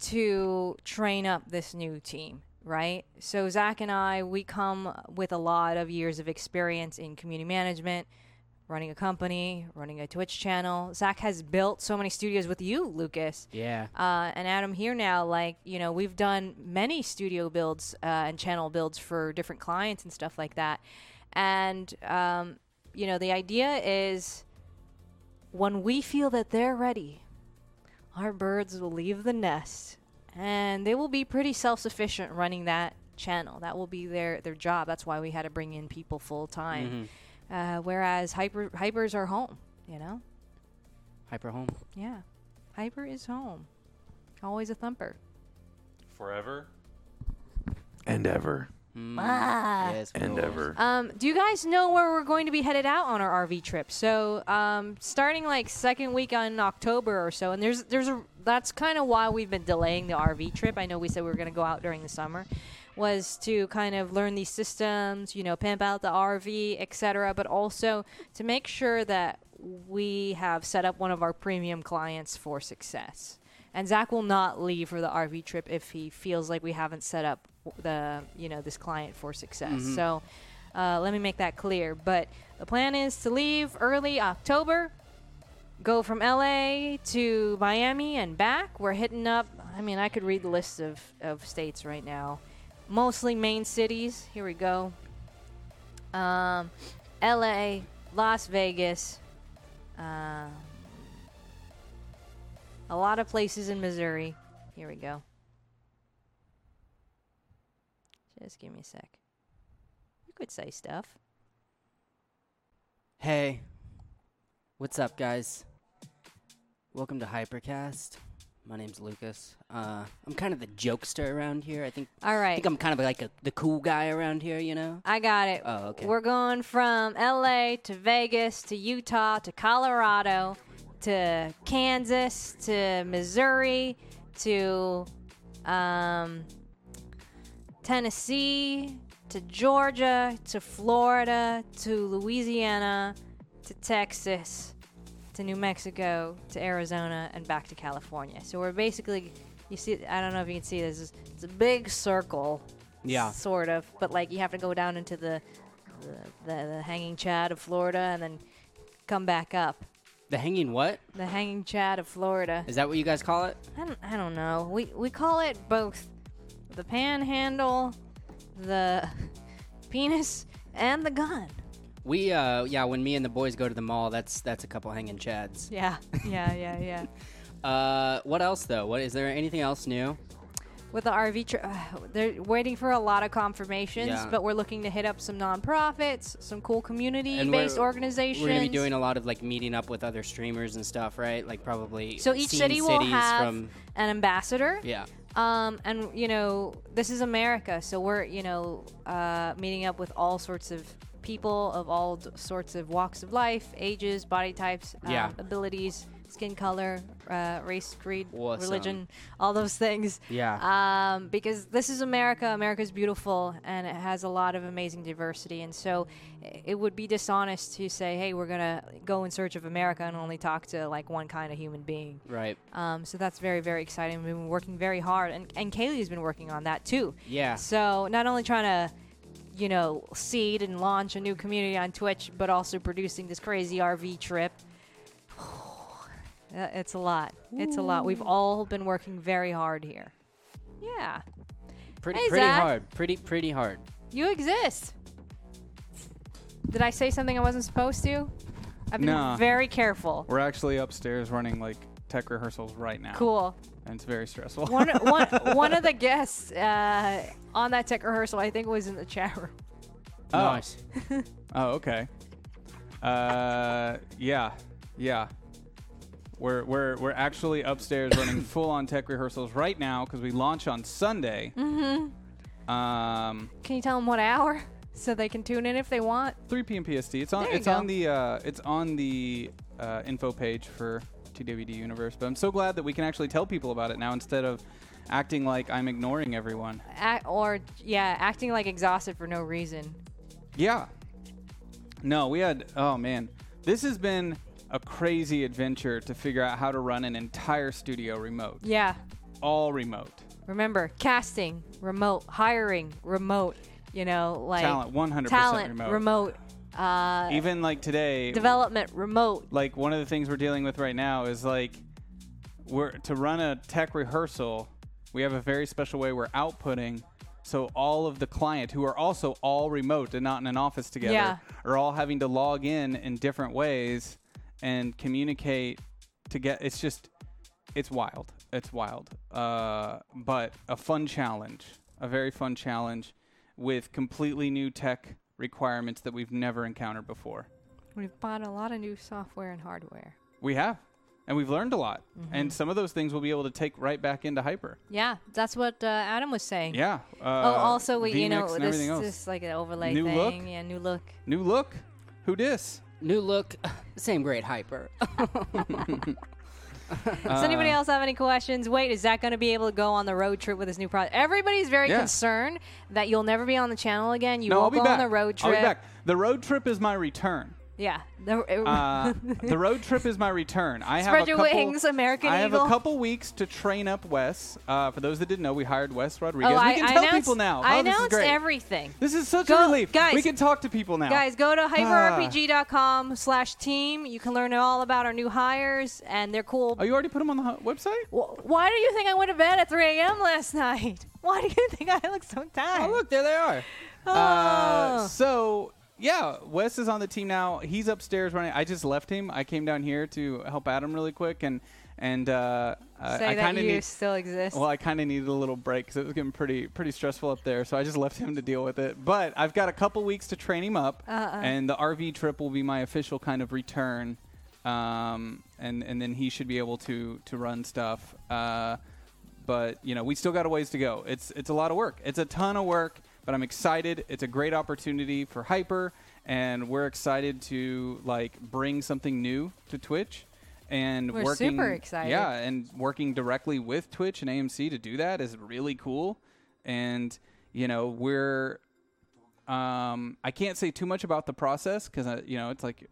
to train up this new team, right? So, Zach and I, we come with a lot of years of experience in community management, running a company, running a Twitch channel. Zach has built so many studios with you, Lucas. Yeah. Uh, and Adam here now, like, you know, we've done many studio builds uh, and channel builds for different clients and stuff like that. And, um, you know, the idea is when we feel that they're ready, our birds will leave the nest and they will be pretty self sufficient running that channel. That will be their, their job. That's why we had to bring in people full time. Uh, whereas hyper, hypers are home, you know? Hyper home. Yeah. Hyper is home. Always a thumper. Forever and ever Uh, Yes, and cool. ever. Um, do you guys know where we're going to be headed out on our RV trip? So, um, starting like second week in October or so, and there's there's a that's kind of why we've been delaying the RV trip. I know we said we were going to go out during the summer. was to kind of learn these systems, you know, pimp out the RV, etc., but also to make sure that we have set up one of our premium clients for success. And Zach will not leave for the RV trip if he feels like we haven't set up the, you know, this client for success. So uh, let me make that clear. But the plan is to leave early October go from LA to Miami and back. We're hitting up, I mean, I could read the list of, of states right now. Mostly main cities. Here we go um, LA, Las Vegas, um, a lot of places in Missouri. Here we go. Just give me a sec. You could say stuff. Hey, what's up, guys? Welcome to Hypercast. My name's Lucas. Uh, I'm kind of the jokester around here. I think. All I right. think I'm kind of like a, the cool guy around here. You know. I got it. Oh, okay. We're going from LA to Vegas to Utah to Colorado to Kansas to Missouri to um, Tennessee to Georgia to Florida to Louisiana to Texas to New Mexico to Arizona and back to California. So we're basically, you see, I don't know if you can see this, it's- it's a big circle Yeah. sort of. But like you have to go down into the the, the, the hanging chad of Florida and then come back up. The hanging what? The hanging chad of Florida. Is that what you guys call it? I don't, I don't know. We we call it both the panhandle, the [LAUGHS] penis, and the gun. We uh yeah, when me and the boys go to the mall, that's that's a couple hanging chads. Yeah, yeah, yeah, yeah. Uh what else though? What is there anything else new? with the RV trip. uh, they're waiting for a lot of confirmations, Yeah. but we're looking to hit up some nonprofits, some cool we're- community-based organizations. We're going to be doing a lot of like meeting up with other streamers and stuff, right? Like probably so each seeing city will cities have from an ambassador. yeah. Um, and you know, this is America, so we're you know uh, meeting up with all sorts of people of all d- sorts of walks of life, ages, body types, um, Yeah. abilities, skin color, uh, race, creed, Awesome. religion, all those things. Yeah. Um, because this is America. America's beautiful, and it has a lot of amazing diversity. And so, i- it would be dishonest to say, "Hey, we're gonna go in search of America and only talk to like one kind of human being." right. Um, so that's very, very exciting. We've been working very hard, and, and Kaylee's been working on that too. Yeah. So not only trying to, you know, seed and launch a new community on Twitch, but also producing this crazy RV trip. [SIGHS] Uh, it's a lot. It's a lot. We've all been working very hard here. Yeah. Pretty Hey, pretty Zach. hard. Pretty pretty hard. You exist. Did I say something I wasn't supposed to? I've been Nah. very careful. We're actually upstairs running like tech rehearsals right now. Cool. And it's very stressful. one, one, one of the guests uh, on that tech rehearsal, I think, was in the chat room. Oh. Nice. [LAUGHS] oh, okay. Uh, yeah, yeah. We're we're we're actually [COUGHS] upstairs running full on tech rehearsals right now because we launch on Sunday. Mm-hmm. Um, Can you tell them what hour so they can tune in if they want? 3 p.m. PST. It's on. There you It's on go. the. Uh, it's on the uh, info page for TWD Universe. But I'm so glad that we can actually tell people about it now instead of acting like I'm ignoring everyone. A- or yeah, acting like exhausted for no reason. Yeah. No, we had. Oh man, this has been a crazy adventure to figure out how to run an entire studio remote, Yeah. all remote. Remember, casting remote, hiring remote. You know, like Talent 100% talent remote. remote, uh, Even like today, development remote. like one of the things we're dealing with right now is like we're to run a tech rehearsal we have a very special way we're outputting so all of the client who are also all remote and not in an office together Yeah. are all having to log in in different ways and communicate to get it's just it's wild it's wild uh, but a fun challenge a very fun challenge with completely new tech requirements that we've never encountered before We've bought a lot of new software and hardware. we have. And we've learned a lot. Mm-hmm. And some of those things we'll be able to take right back into Hyper. Yeah, that's what uh, Adam was saying. Yeah. Uh, oh, also we, you know, and this everything else. this like an overlay New thing. look? Yeah, new look. New look. Who dis? [SIGHS] New look, same great hyper. Uh, Does anybody else have any questions? Wait, is Zach going to be able to go on the road trip with his new project? Everybody's very Yeah. concerned that you'll never be on the channel again. You no, won't I'll be go back. on the road trip. I'll be back. The road trip is [LAUGHS] my return. Yeah. The- [LAUGHS] Uh, the road trip is my return. I have Spread a your couple- wings, American I have Eagle. a couple weeks to train up Wes. Uh, for those that didn't know, we hired Wes Rodriguez. oh, we I, can I tell announced, people now. I oh, this announced is great. everything. This is such Go- a relief. guys. we can talk to people now. Guys, go to Ah. hyperrpg.com slash team. You can learn all about our new hires and they're cool. Oh, you already put them on the hu- website? Wh- Why do you think I went to bed at 3 a.m. last night? [LAUGHS] Why do you think I look so tired? Oh, look, there they are. Oh. Uh, so, yeah, Wes is on the team now. He's upstairs running. I just left him. I came down here to help Adam really quick, and and uh, I- Say I that kind you of need. still exist. Well, I kind of needed a little break because it was getting pretty pretty stressful up there. So I just left him to deal with it. But I've got a couple weeks to train him up, and the RV trip will be my official kind of return. Um, and and then he should be able to to run stuff. Uh, but you know we still got a ways to go. It's it's a lot of work. It's a ton of work. But I'm excited. It's a great opportunity for Hyper, and we're excited to like bring something new to Twitch. And We're working, super excited. Yeah, and working directly with Twitch and AMC to do that is really cool. And you know, we're um, I can't say too much about the process because you know it's like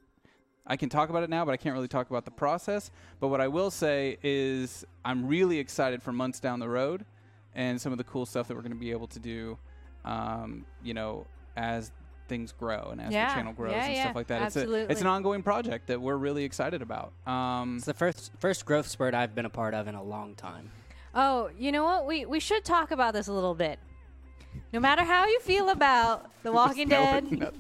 I can talk about it now, but I can't really talk about the process. But what I will say is I'm really excited for months down the road and some of the cool stuff that we're going to be able to do. Um, you know, as things grow and as Yeah. the channel grows Yeah, and yeah. stuff like that. It's, a, Absolutely. it's an ongoing project that we're really excited about. [LAUGHS] Um, It's the first first growth spurt I've been a part of in a long time. Oh, you know what? We we should talk about this a little bit. No matter how you feel about [LAUGHS] The Walking Dead.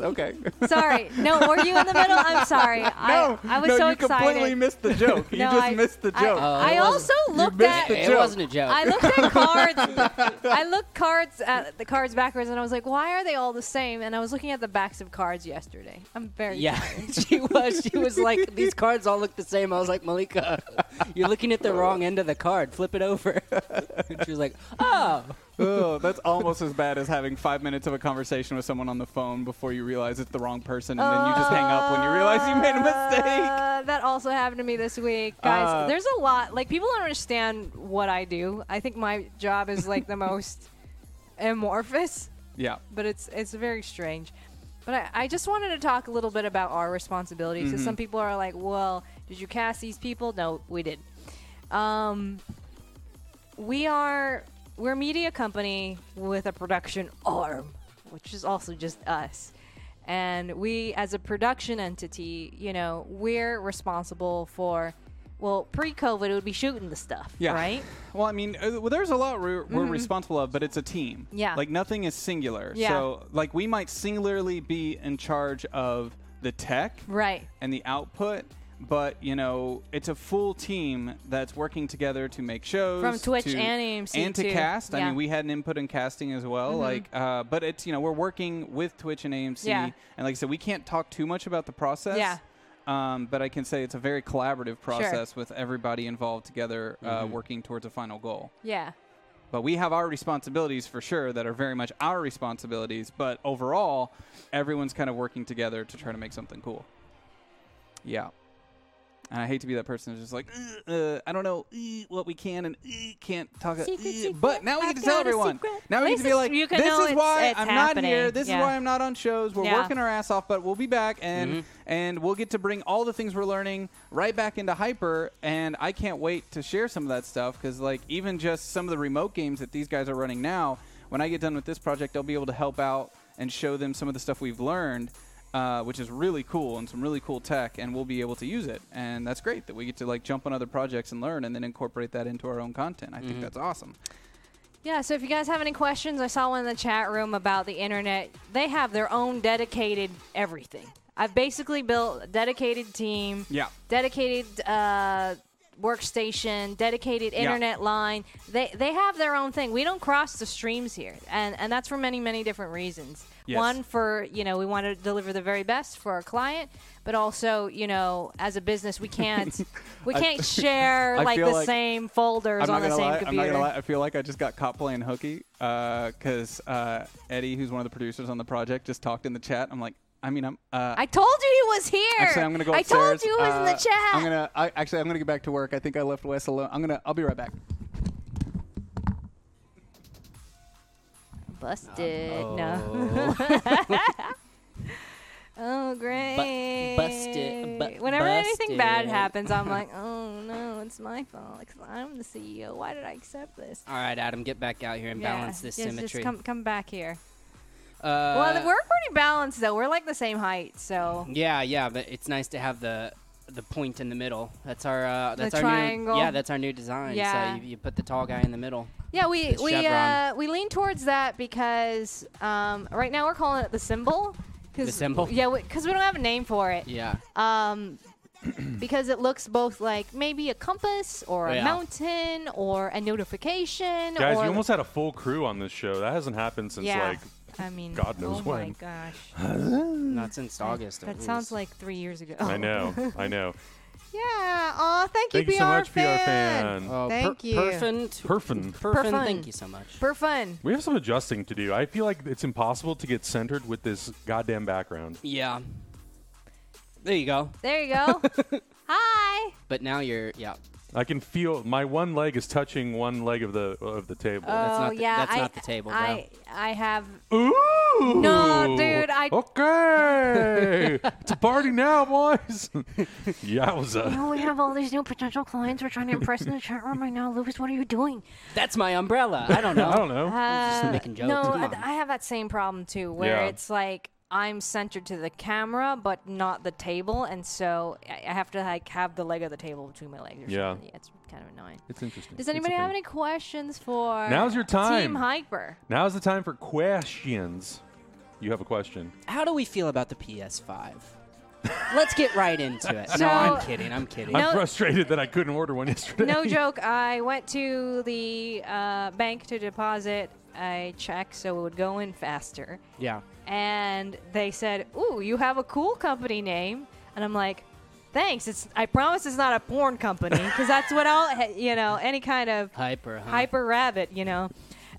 [LAUGHS] okay. [LAUGHS] Sorry. No, were you in the middle? I'm sorry. I, I was no, so you excited. completely missed [LAUGHS] the joke. you No, just I- missed the I- uh, joke. Oh, I it also wasn't- looked missed at the It joke. wasn't a joke. I looked at cards. I looked cards at the cards backwards, and I was like, "Why are they all the same?" And I was looking at the backs of cards yesterday. I'm [LAUGHS] very yeah, [LAUGHS] she was. She was like, these cards all look the same. I was like, Malika, [LAUGHS] you're looking at the wrong end of the card. Flip it over. [LAUGHS] and she was like, oh. [LAUGHS] Ugh, [LAUGHS] that's almost as bad as having five minutes of a conversation with someone on the phone before you realize it's the wrong person, and then you just hang up when you realize you made a mistake. Uh, that also happened to me this week, guys. Uh, there's a lot. Like people don't understand what I do. I think my job is like the [LAUGHS] most amorphous, Yeah, but it's it's very strange. But I, I just wanted to talk a little bit about our responsibilities. Because some people are like, "Well, did you cast these people?" No, we did. Um, we are we're a media company with a production arm which is also just us and we as a production entity you know we're responsible for well pre-covid it would be shooting the stuff yeah. right Mm-hmm. Well, I mean, uh, well, there's a lot we're, we're responsible of, but it's a team. Yeah. Like nothing is singular. Yeah. So, like, we might singularly be in charge of the tech, right and the output. But you know, it's a full team that's working together to make shows From Twitch to- and AMC and to too. cast. I Yeah. Mm-hmm. mean, we had an input in casting as well. Like, uh, but it's you know we're working with Twitch and AMC, Yeah. and like I said, we can't talk too much about the process. Yeah. Um, but I can say it's a very collaborative process with everybody involved together, uh, working towards a final goal. yeah But we have our responsibilities for sure that are very much our responsibilities. But overall, everyone's kind of working together to try to make something cool. Yeah. And I hate to be that person who's just like, "Uh, uh, I don't know uh, what we can and uh, can't talk about. Secret, uh," secret, But now we I've get to tell got a everyone. secret. Now we This get to be is- like, you can know this is it's- why it's I'm happening." not here. This Yeah. is why I'm not on shows. We're Yeah. working our ass off, but we'll be back and and we'll get to bring all the things we're learning right back into Hyper. And I can't wait to share some of that stuff because like even just some of the remote games that these guys are running now, when I get done with this project, I'll be able to help out and show them some of the stuff we've learned. Uh, which is really cool and some really cool tech, and we'll be able to use it, and that's great that we get to like jump on other projects and learn, and then incorporate that into our own content. I think that's awesome. yeah so if you guys have any questions i saw one in the chat room about the internet they have their own dedicated everything i've basically built a dedicated team Yeah. dedicated uh, workstation, dedicated internet line. They they have their own thing. We don't cross the streams here, and and that's for many many different reasons. Yes. One for you know we want to deliver the very best for our client, but also you know as a business we [LAUGHS] can't we can't share I like the feel like- same folders on the same lie. computer. I'm not gonna lie. I feel like I just got caught playing uh, hooky because uh, Eddie, who's one of the producers on the project, just talked in the chat. I'm like, I mean, I'm. Uh, I told you he was here. Actually, I'm gonna go I upstairs. told you he was in the Uh, chat. I'm gonna. I, actually, I'm gonna get back to work. I think I left Wes alone. I'm gonna. I'll be right back. Busted. No. [LAUGHS] oh, great. busted- bu- Whenever anything bad busted. happens, I'm like, [LAUGHS] oh, no, it's my fault because I'm the CEO. Why did I accept this? All right, Adam, get back out here and Yeah, balance this just- symmetry. Just come, come back here. Uh, well, we're pretty balanced, though. We're like the same height, so. Yeah, yeah, but it's nice to have the the point in the middle. That's our uh, that's our triangle. New, yeah, that's our new design. Yeah. So you, you put the tall guy in the middle. Yeah, we The we chevron. uh, we lean towards that because um, right now we're calling it the symbol. 'cause- The symbol? Yeah, because we don't have a name for it. Yeah. um, because it looks both like maybe a compass or a Yeah. mountain or a notification. Guys, or you almost had a full crew on this show. That hasn't happened since yeah. like I mean, God knows oh my when. [LAUGHS] gosh, Not since August. at Um, that least. sounds like three years ago. I know, I know. [LAUGHS] yeah. Aw, thank you, Thank you so much, PR fan. Oh, Thank you. Perfund. Perfin. Perfund. Perfund. Thank you so much. For fun. We have some adjusting to do. I feel like it's impossible to get centered with this goddamn background. yeah. There you go. There [LAUGHS] you go. Hi. But now you're yeah. I can feel my one leg is touching one leg of the of the table. That's oh not the- yeah. that's I, not the table, bro. I I have. Ooh! No, dude, I- [LAUGHS] Okay! it's a party now, boys! [LAUGHS] You Yowza. know, Oh, we have all these new potential clients we're trying to impress in the chat room right now. Lewis, what are you doing? That's my umbrella. I don't know. [LAUGHS] I don't know. Uh, making jokes. [LAUGHS] No, Come I, on. I have that same problem too, where Yeah. it's like I'm centered to the camera, but not the table, and so I I have to like have the leg of the table between my legs. Or Yeah. something. yeah, it's kind of annoying. It's interesting. Does anybody have any questions for? Now's your time. Team Hyper. Now's the time for questions. You have a question. How do we feel about the PS5? Let's get right into it. So- no, I'm kidding. I'm kidding. No. I'm frustrated that I couldn't order one yesterday. [LAUGHS] No joke. I went to the uh, bank to deposit a check so it would go in faster. Yeah. and they said, "Ooh, you have a cool company name," and I'm like, "Thanks. It's I promise it's not a porn company because that's what I'll [LAUGHS] you know any kind of Hyper. Huh? hyper rabbit you know."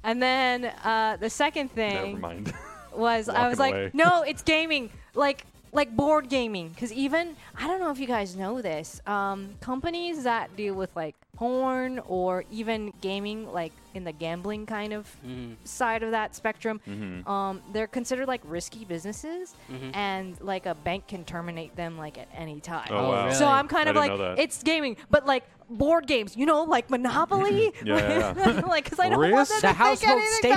And then uh, the second Never thing mind. was I Walking was like, away. [LAUGHS] "No, it's gaming, like like board gaming." Because even I don't know if you guys know this, um, companies that deal with like porn or even gaming, like in the gambling kind of side of that spectrum, Mm-hmm. um, they're considered like risky businesses, and like a bank can terminate them like at any time. Oh, Oh, wow. really? So I'm kind I of didn't know like, that. it's gaming, but like board games, you know, like Monopoly. Yeah, [LAUGHS] yeah, yeah. [LAUGHS] like, because I don't want them Risk? to The think household anything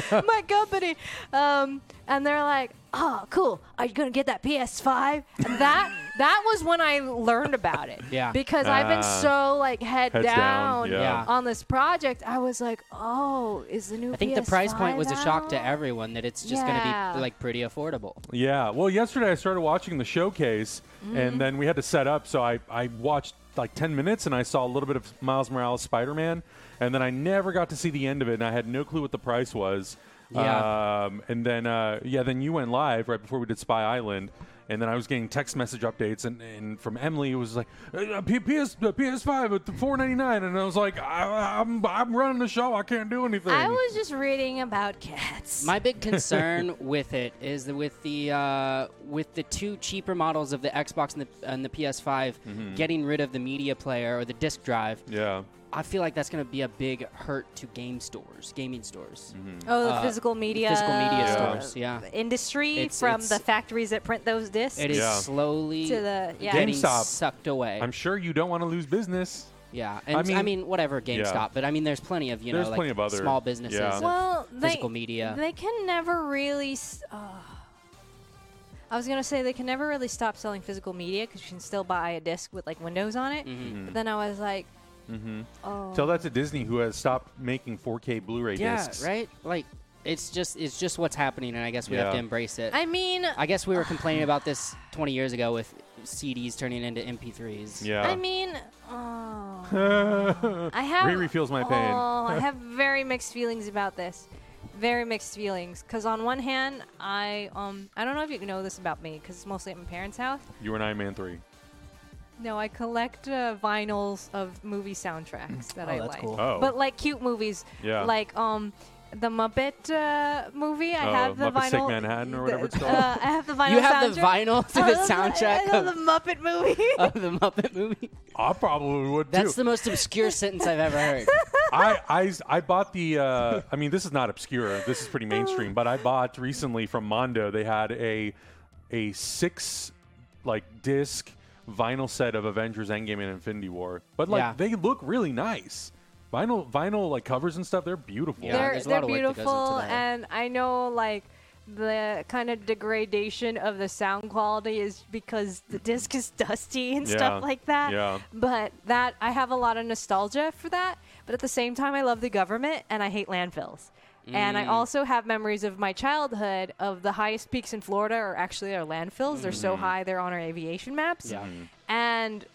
bad [LAUGHS] about my company. Um, and they're like, oh, cool. Are you going to get that PS5? And that that was when I learned about it. Yeah. Because I've been Ah. so like head down, Heads down, yeah. on this project. I was like, oh, is the new I think the price point was a shock to everyone. everyone that it's just going to Yeah. be like pretty affordable. Yeah. Well, yesterday I started watching the showcase, Mm-hmm. and then we had to set up. So I, I watched like 10 minutes, and I saw a little bit of Miles Morales Spider Man, and then I never got to see the end of it, and I had no clue what the price was. Yeah. Um, and then, uh, yeah, then you went live right before we did Spy Island. And then I was getting text message updates, and, and from Emily, it was like uh, P- PS uh, PS5 at four ninety nine, and I was like, I, I'm I'm running the show, I can't do anything. I was just reading about cats. My big concern with it is that with the uh, with the two cheaper models of the Xbox and the, and the PS5 getting rid of the media player or the disc drive, yeah, I feel like that's going to be a big hurt to game stores, gaming stores. Mm-hmm. Oh, the uh, physical media, physical media Yeah. stores, yeah. industry It's- from it's- the factories that print those discs. It is Yeah. slowly To the- yeah. getting GameStop. sucked away. I'm sure you don't want to lose business. yeah, and I I mean- mean, whatever GameStop, but I mean, there's plenty of you There's know like plenty of other- small businesses. yeah. of well, they, physical media. They can never really. s- Oh. I was gonna say they can never really stop selling physical media because you can still buy a disc with like Windows on it. Mm-hmm. But then I was like, oh, Mm-hmm. Tell that to Disney, who has stopped making 4K Blu-ray yeah, discs. right. Like it's just it's just what's happening, and I guess we have Yeah. to embrace it. I mean, I guess [SIGHS] we were complaining about this 20 years ago with CDs turning into MP3s. Yeah. I mean, oh. [LAUGHS] mean, I have. Riri feels my pain. Oh, [LAUGHS] I have very mixed feelings about this. Very mixed feelings. Because on one hand, I um I don't know if you know this about me because it's mostly at my parents' house. [LAUGHS] you and Iron Man 3. No, I collect uh, vinyls of movie soundtracks that Oh, I that's like. cool. Oh. But like cute movies. Yeah. Like um the Muppet uh, movie. I Oh, have the Muppet vinyl. Sick Manhattan or whatever it's called. Uh, I have the vinyl. you have the soundtrack. vinyl to [LAUGHS] I the love the- soundtrack I love of, the Muppet movie. of the Muppet movie. I probably would That's too. the [LAUGHS] most obscure sentence I've ever heard. I, I, I bought the. Uh, I mean, this is not obscure. This is pretty mainstream. But I bought recently from Mondo. They had a a six like disc vinyl set of Avengers Endgame and Infinity War. But like Yeah. they look really nice. Vinyl vinyl like covers and stuff. They're beautiful. Yeah, they're there's a they're lot of work that goes into beautiful, that. and I know like the kind of degradation of the sound quality is because the disc is dusty and Yeah, stuff like that. yeah. But that I have a lot of nostalgia for that. But at the same time, I love the government and I hate landfills. And I also have memories of my childhood of the highest peaks in Florida are actually our landfills. They're so high they're on our aviation maps. Yeah. And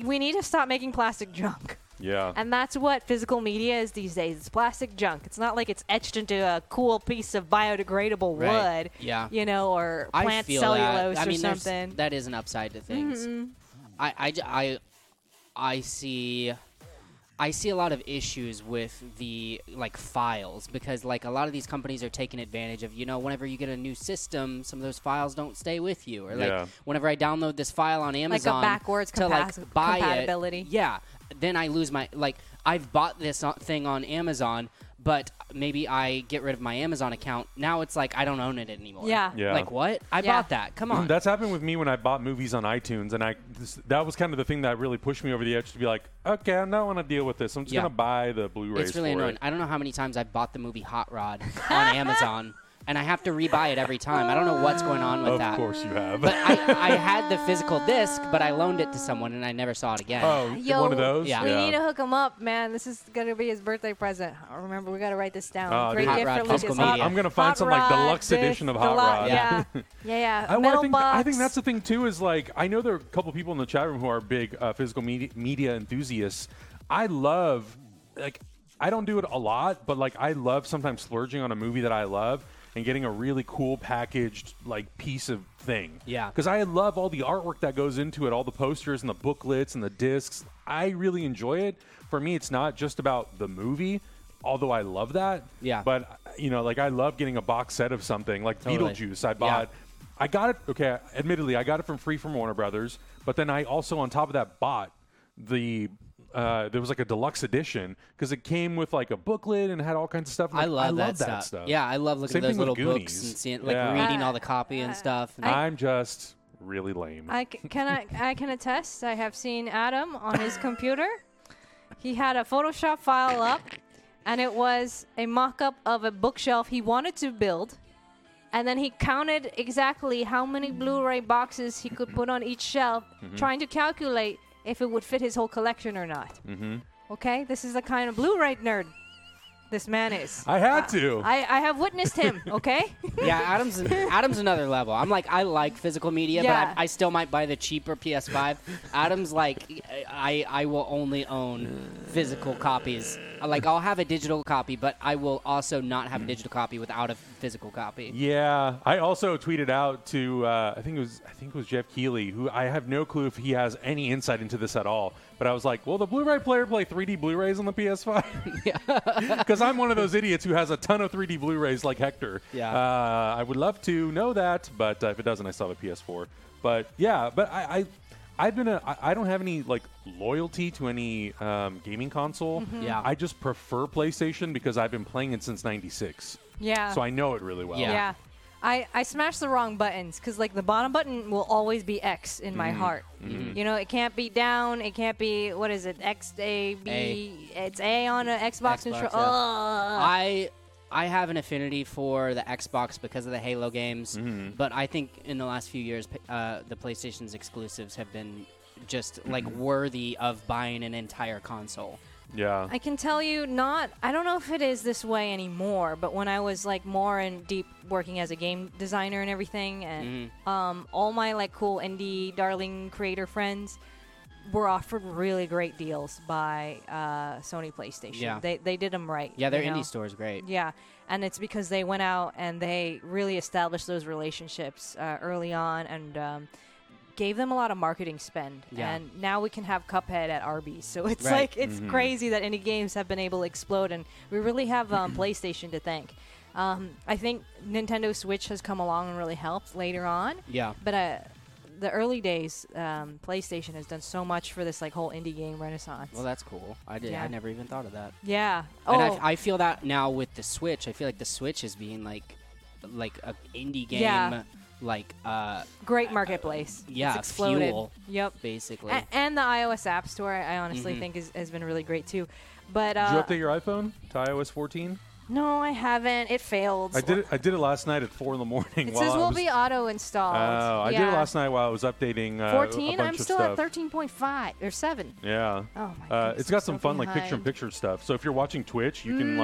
we need to stop making plastic junk. Yeah. And that's what physical media is these days. It's plastic junk. It's not like it's etched into a cool piece of biodegradable Right. wood. Yeah. You know, or I plant feel cellulose that. I or mean, there's- something. Mm-hmm. That is an upside to things. I, I j- I- I see. I see a lot of issues with the like files because like a lot of these companies are taking advantage of you know whenever you get a new system some of those files don't stay with you or like Yeah. whenever I download this file on Amazon backwards to compas- like buy it, compatibility. yeah then I lose my like I've bought this o- thing on Amazon but maybe I get rid of my Amazon account now it's like I don't own it anymore Yeah. Yeah. like what I Yeah. bought that come on That's happened with me when I bought movies on iTunes, and I this, that was kind of the thing that really pushed me over the edge to be like, okay, I don't want to deal with this. I'm just Yeah. gonna buy the Blu-rays. It's really for annoying. It. I don't know how many times I bought the movie Hot [LAUGHS] Rod on Amazon, and I have to rebuy it every time. I don't know what's going on with Of that. course you have. But I, I had the physical disc, but I loaned it to someone, and I never saw it again. [LAUGHS] oh, Yo, one of those. yeah. We need to hook him up, man. This is going to be his birthday present. I remember, we got to write this down. Oh, Great dude. gift Hot for Rod Lucas. Physical Media. I'm gonna find Hot some, like, Rod, deluxe this, edition of Hot delo- Rod. [LAUGHS] Yeah. yeah. Yeah, I, well, I Metal think, box. I think that's the thing too is like I know there are a couple people in the chat room who are big uh, physical media, media enthusiasts. I love like I don't do it a lot, but like I love sometimes splurging on a movie that I love and getting a really cool packaged like piece of thing. Yeah. because I love all the artwork that goes into it, all the posters and the booklets and the discs. I really enjoy it. For me, it's not just about the movie. Although I love that, Yeah. But you know, like I love getting a box set of something, like Totally. Beetlejuice. I bought Yeah. I got it. Okay, admittedly, I got it from free from Warner Brothers, but then I also, on top of that, bought the. Uh, there was like a deluxe edition because it came with like a booklet and had all kinds of stuff. and, I like, love, that, stuff. stuff. Yeah, I love looking Same at those thing with little books Goonies. and seeing, like, Yeah. reading all the copy and stuff. And I, am just really lame. I c- can I, I can attest. I have seen Adam on his computer. He had a Photoshop file up, and it was a mock-up of a bookshelf he wanted to build. And then he counted exactly how many Blu-ray boxes he could put on each shelf, trying to calculate if it would fit his whole collection or not. Mm-hmm. Okay, this is the kind of Blu-ray nerd this man is. I had to. I, I have witnessed him. Okay. yeah, Adam's Adam's another level. I'm like, I like physical media, Yeah. but I, I still might buy the cheaper PS5. Adam's like, I I will only own physical copies. Like, I'll have a digital copy, but I will also not have a digital copy without a physical copy. Yeah, I also tweeted out to uh, I think it was I think it was Jeff Keeley who I have no clue if he has any insight into this at all. But I was like, will the Blu-ray player play 3D Blu-rays on the [LAUGHS] PS5? Because I'm one of those idiots who has a ton of 3D Blu-rays like Hector. Yeah. uh, I would love to know that, but uh, if it doesn't, I still have a PS4. But yeah, but I. I I've been a. I I don't have any like loyalty to any um, gaming console. Yeah. I just prefer PlayStation because I've been playing it since '96. Yeah. [LAUGHS] So I know it really well. Yeah. Yeah. I, I smashed the wrong buttons because like the bottom button will always be X in Mm-hmm. my heart. You know, it can't be down. It can't be what is it? X A B. It's A on an Xbox, Xbox, control. yeah. Ugh. I I have an affinity for the Xbox because of the Halo games, but I think in the last few years, uh, the PlayStation's exclusives have been just like worthy of buying an entire console. Yeah. I can tell you not. I don't know if it is this way anymore, but when I was like more in deep working as a game designer and everything, and Mm-hmm. um, all my like cool indie darling creator friends were offered really great deals by uh, Sony PlayStation. Yeah. They they did them right. Yeah, their you know? indie store is great. Yeah, and it's because they went out and they really established those relationships uh, early on and um, gave them a lot of marketing spend, Yeah. and now we can have Cuphead at Arby's. [LAUGHS] So it's Right. Mm-hmm. like it's crazy that indie games have been able to explode, and we really have [CLEARS THROAT] um, PlayStation to thank. Um, I think Nintendo Switch has come along and really helped later on. Yeah. But uh, the early days, um, PlayStation has done so much for this like whole indie game renaissance. Well, that's cool. I did. Yeah. I never even thought of that. yeah. Oh, And I, I feel that now with the Switch. I feel like the Switch is being like, like a indie game, Yeah. like uh, great marketplace. yeah, it's exploded. fuel. Yep. basically. A- and the iOS App Store, I honestly think is, has been really great too. But Mm-hmm. Did you uh, update your iPhone to iOS 14? no, I haven't. It failed. I did it. I did it last night at four in the morning. It while says I will was, be auto installed. Oh, I did it Yeah. last night while I was updating. Uh, A 14. bunch I'm of still stuff. at 13.5 or 7. Yeah. Oh my Uh, goodness, it's got I'm some so fun like picture in behind. picture stuff. So if you're watching Twitch, you can Mm.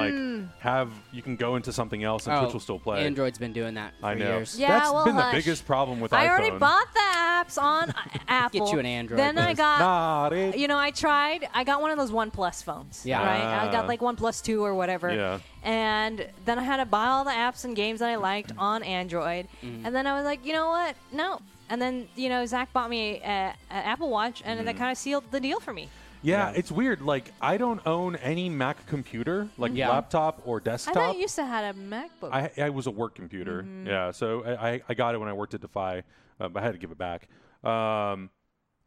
like have you can go into something else and Oh, Twitch will still play. Android's been doing that for I know. years. Yeah, That's well, been hush. the biggest problem with I iPhone. already bought the apps on [LAUGHS] Apple. you an Android, Then I [LAUGHS] please. got. Not it. You know, I tried. I got one of those OnePlus phones. Yeah. Right. I got Ah. like OnePlus Two or whatever. Yeah. And then I had to buy all the apps and games that I liked on Android. Mm-hmm. And then I was like, you know what? No. And then you know, Zach bought me an Apple Watch, and Mm-hmm. that kind of sealed the deal for me. yeah, it's weird. Like I don't own any Mac computer, like Mm-hmm. Yeah. laptop or I desktop. thought you used to had a MacBook. I, I was a work computer. Mm-hmm. Yeah, so I, I- I got it when I worked at Defy. Um, I had to give it back. Um,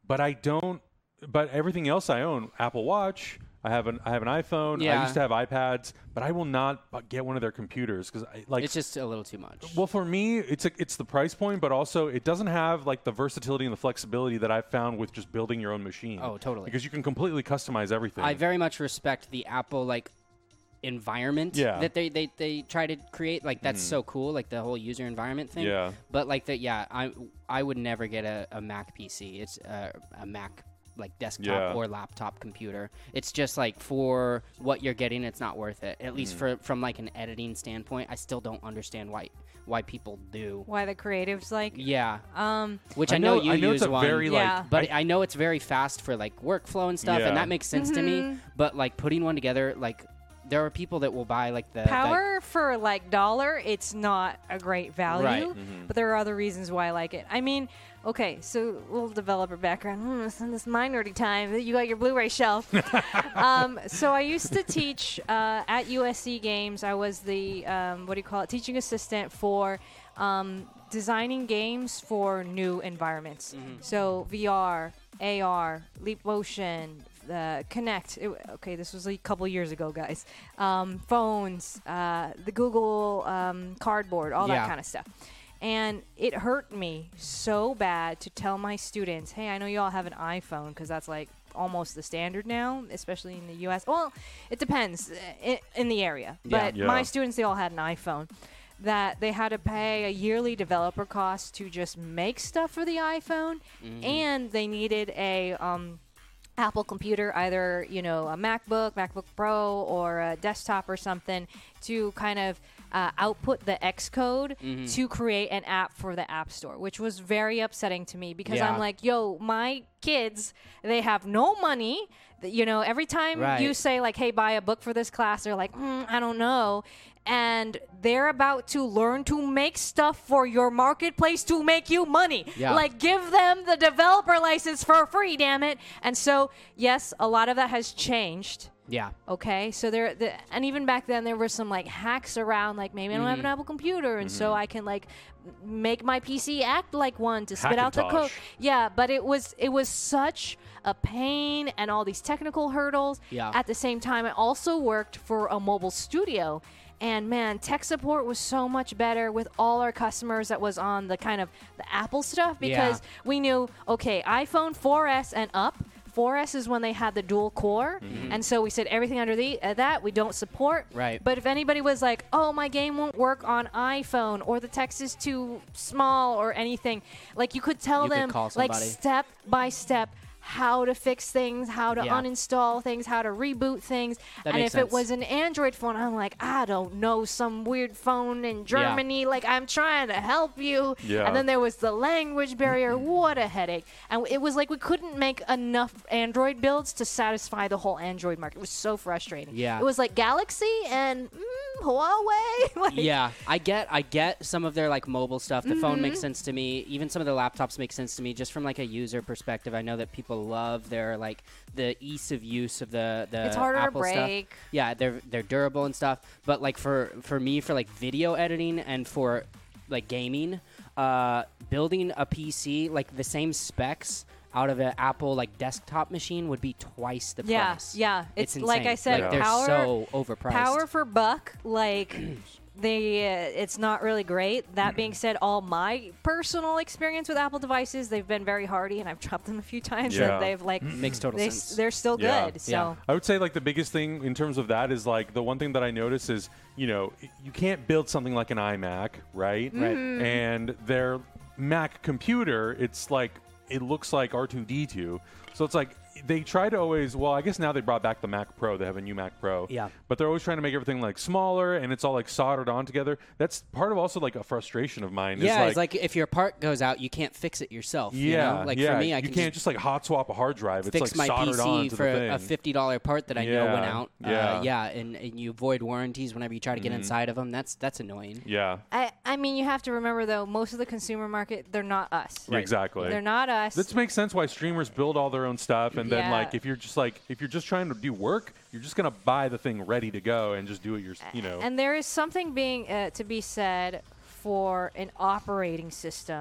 but I don't. But everything else I own, Apple Watch. I have an I have an iPhone. I Yeah. used to have iPads, but I will not bu- get one of their computers because like It's just a little too much. well, for me, it's a, it's the price point, but also it doesn't have like the versatility and the flexibility that I've found with just building your own machine. Oh, totally. Because you can completely customize everything. I very much respect the Apple like environment Yeah. Mm-hmm. that they, they they try to create. Like that's so cool, like the whole user environment thing. Yeah. But like that, yeah. I I would never get a, a Mac PC. It's a, a Mac like desktop Yeah. or laptop computer. It's just like for what you're getting, it's not worth it. At Mm. least for from like an editing standpoint, I still don't understand why why people do. Why the creatives like? Yeah. Um, Which I know, you I know use it's a one. very Yeah. like But I, know it's very fast for like workflow and stuff, Yeah. and that makes sense to me. But like putting one together, like there are people that will buy like the that- power for like dollar it's not a great value Right. but there are other reasons why i like it i mean okay so little developer background hmm, it's in this minority time you got your [LAUGHS] blu-ray shelf um, so i used to teach uh, at usc games i was the um, what do you call it teaching assistant for um, designing games for new environments so vr ar leap motion uh, Connect. It, okay, this was a couple years ago, guys. Um, phones, uh, the Google um, Cardboard, all Yeah. that kind of stuff. And it hurt me so bad to tell my students, hey, I know you all have an iPhone because that's like almost the standard now, especially in the US. Well, it depends uh, i in the area. But Yeah. my Yeah. students, they all had an iPhone. That they had to pay a yearly developer cost to just make stuff for the iPhone, Mm-hmm. and they needed a um, Apple computer, either you know a MacBook, MacBook Pro, or a desktop or something, to kind of uh, output the Xcode Mm-hmm. to create an app for the App Store, which was very upsetting to me because Yeah. I'm like, yo, my kids, they have no money. Th- You know, every time Right. you say like, hey, buy a book for this class, they're like, mm, I don't know. And they're about to learn to make stuff for your marketplace to make you money. Yeah. Like, give them the developer license for free, damn it. And so, yes, a lot of that has changed. yeah. Okay, so there, the, and even back then there were some like hacks around, like maybe I don't have an Apple computer, and so I can like m- make my PC act like one to spit out the code. Hackintosh. Yeah, but it was it was such a pain and all these technical hurdles. Yeah. At the same time, I also worked for a mobile studio. And man, tech support was so much better with all our customers that was on the kind of the Apple stuff because we knew okay, iPhone 4S and up. 4S is when they had the dual core, Mm-hmm. and so we said everything under the uh, that we don't support. Right. But if anybody was like, "Oh, my game won't work on iPhone," or the text is too small, or anything, like you could tell You could them call like somebody. step by step how to fix things, how to Yeah. uninstall things, how to reboot things. That and if makes it sense. was an Android phone, I'm like, I don't know, some weird phone in Germany. Like, I'm trying to help you. Yeah. And then there was the language barrier. Mm-hmm. what a headache. And it was like we couldn't make enough Android builds to satisfy the whole Android market. It was so frustrating. Yeah. It was like Galaxy and mm, [LAUGHS] Huawei. like, yeah, I get I get some of their like mobile stuff. The phone Mm-hmm. makes sense to me. Even some of the laptops make sense to me just from like a user perspective. I know that people love their like the ease of use of the the It's harder to Apple stuff. break. Yeah, they're they're durable and stuff. But like for for me for like video editing and for like gaming, uh building a PC like the same specs out of an Apple like desktop machine would be twice the Yeah, price. yeah. It's, It's like insane. I said, they're power- so overpriced. Power for buck, [CLEARS THROAT] like they, uh, it's not really great. That being said, all my personal experience with Apple devices, they've been very hardy, and I've dropped them a few times, Yeah. and they've like makes total they, sense. they're still good. Yeah. So. Yeah. I would say like the biggest thing in terms of that is like the one thing that I notice is you know y- you can't build something like an iMac, right? Right. And their Mac computer, it's like it looks like R2D2, so it's like they try to always well i guess now they brought back the mac pro they have a new mac pro Yeah. but they're always trying to make everything like smaller and it's all like soldered on together that's part of also like a frustration of mine Yeah, is, it's like if your part goes out, you can't fix it yourself. you yeah know? like yeah. for me, I you can can't just, like hot swap a hard drive it's fix like my soldered on PC to for the thing. a fifty dollar part that I know went Yeah, out. yeah. Mm-hmm. uh, yeah, and, and you avoid warranties whenever you try to get inside of them. That's that's annoying. yeah I, I mean, you have to remember though, most of the consumer market, they're not us. Yeah, exactly They're not us. This makes sense why streamers build all their own stuff, and then Yeah. like if you're just like if you're just trying to do work, you're just gonna buy the thing ready to go and just do it your you know. And there is something being uh, to be said for an operating system,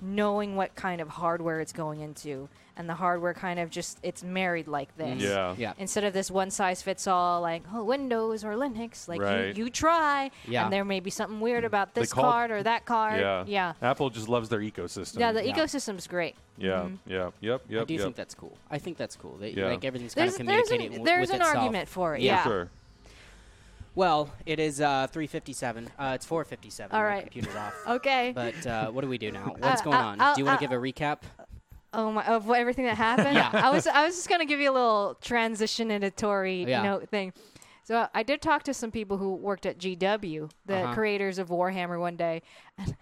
Mm-hmm. knowing what kind of hardware it's going into, and the hardware kind of just it's married like this. yeah. Yeah. Instead of this one size fits all, like oh Windows or Linux, like Right. Mm. you, you try, Yeah. and there may be something weird about this call it- card or that card. Yeah. yeah, Apple just loves their ecosystem. Yeah, The Yeah. ecosystem's great. yeah. Yeah. Yep. Yep. I do yep. think that's cool. I think that's cool. That, Yeah. Like everything's kind There's of there's communicating w- an, there's with an itself. argument for it. For Yeah. Yeah. sure. Well, it is uh, three fifty seven. Uh, it's four fifty seven. All My right. computer's off. [LAUGHS] Okay. But uh, what do we do now? What's going uh, on? uh, do you want uh, to give a recap? Oh my! Of what, everything that happened. Yeah. I was I was just gonna give you a little transition editory Yeah. note thing. So I did talk to some people who worked at GW, the Uh-huh. creators of Warhammer, one day. And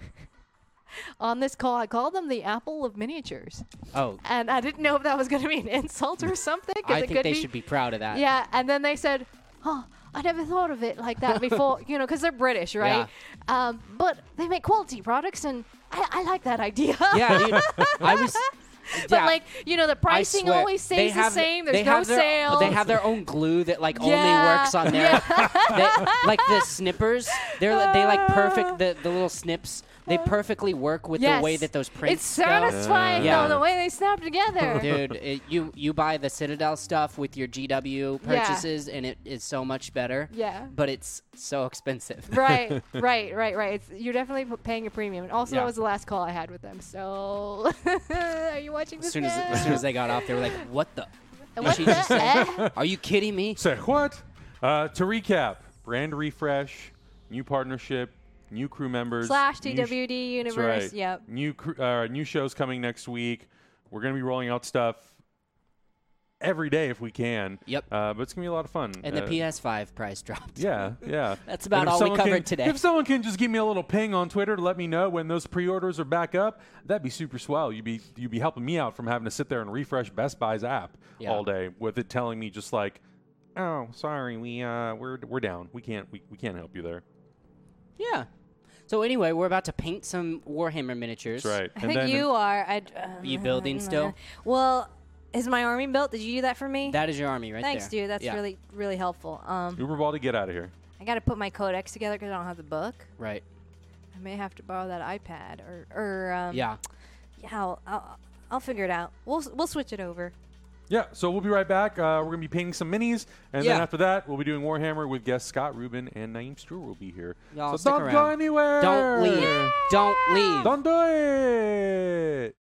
[LAUGHS] on this call, I called them the Apple of miniatures, Oh, and I didn't know if that was gonna be an insult or something. 'cause I it think could they be. should be proud of that. Yeah, and then they said, "Oh, I never thought of it like that [LAUGHS] before." you know, because they're British, right? Um, but they make quality products, and I, I like that idea. Yeah, [LAUGHS] dude. I was. But yeah. like you know, the I pricing swear, always they stays the have- same. they There's no have their, sales. They have their own glue that like Yeah. [LAUGHS] only works on their they, like the snippers. They're li- they like perfect the, the little snips. They perfectly work with the way Uh, Yes. that those prints It's go. satisfying Yeah. though the way they [LAUGHS] snap together. Dude, it, you you buy the Citadel stuff with your GW Yeah. purchases, and it is so much better. Yeah. but it's so [LAUGHS] expensive. [LAUGHS] right, right, right, right. It's, you're definitely p- paying a premium. And also, Yeah. that was the last call I had with them. So, [LAUGHS] are you watching this? As soon as now? as [LAUGHS] soon as they got off, they were like, "What the? what she the just said- [LAUGHS] eh? Are you kidding me?" Say what? Uh, to recap, brand refresh, new partnership, new crew members. slash new sh- TWD That's universe. right. Yep. New cr- uh, new shows coming next week. We're gonna be rolling out stuff every day if we can. Yep. Uh, but it's gonna be a lot of fun. And Uh, the PS5 price dropped. Yeah, yeah. [LAUGHS] That's about And if all we someone can- covered today. If someone can just give me a little ping on Twitter to let me know when those pre-orders are back up, that'd be super swell. You'd be you'd be helping me out from having to sit there and refresh Best Buy's app Yeah. all day with it telling me just like, "Oh, sorry, we uh we're we're down. We can't we, we can't help you there." Yeah. So anyway, we're about to paint some Warhammer miniatures. That's right. I think you are. I'd, uh, you building still? Well, is my army built? Did you do that for me? That is your army right Thanks, there. dude. That's Yeah, really, really helpful. Um, Uber Ball to get out of here. I got to put my codex together because I don't have the book. right. I may have to borrow that iPad or, or um, Yeah. Yeah, I'll, I'll, I'll figure it out. We'll s- we'll switch it over. Yeah, so we'll be right back. Uh, we're going to be painting some minis, and then Yeah. after that, we'll be doing Warhammer with guest Scott Rubin and Naeem Stewart will be here. Y'all so stick don't go around. anywhere. Don't leave. Don't leave. Don't do it.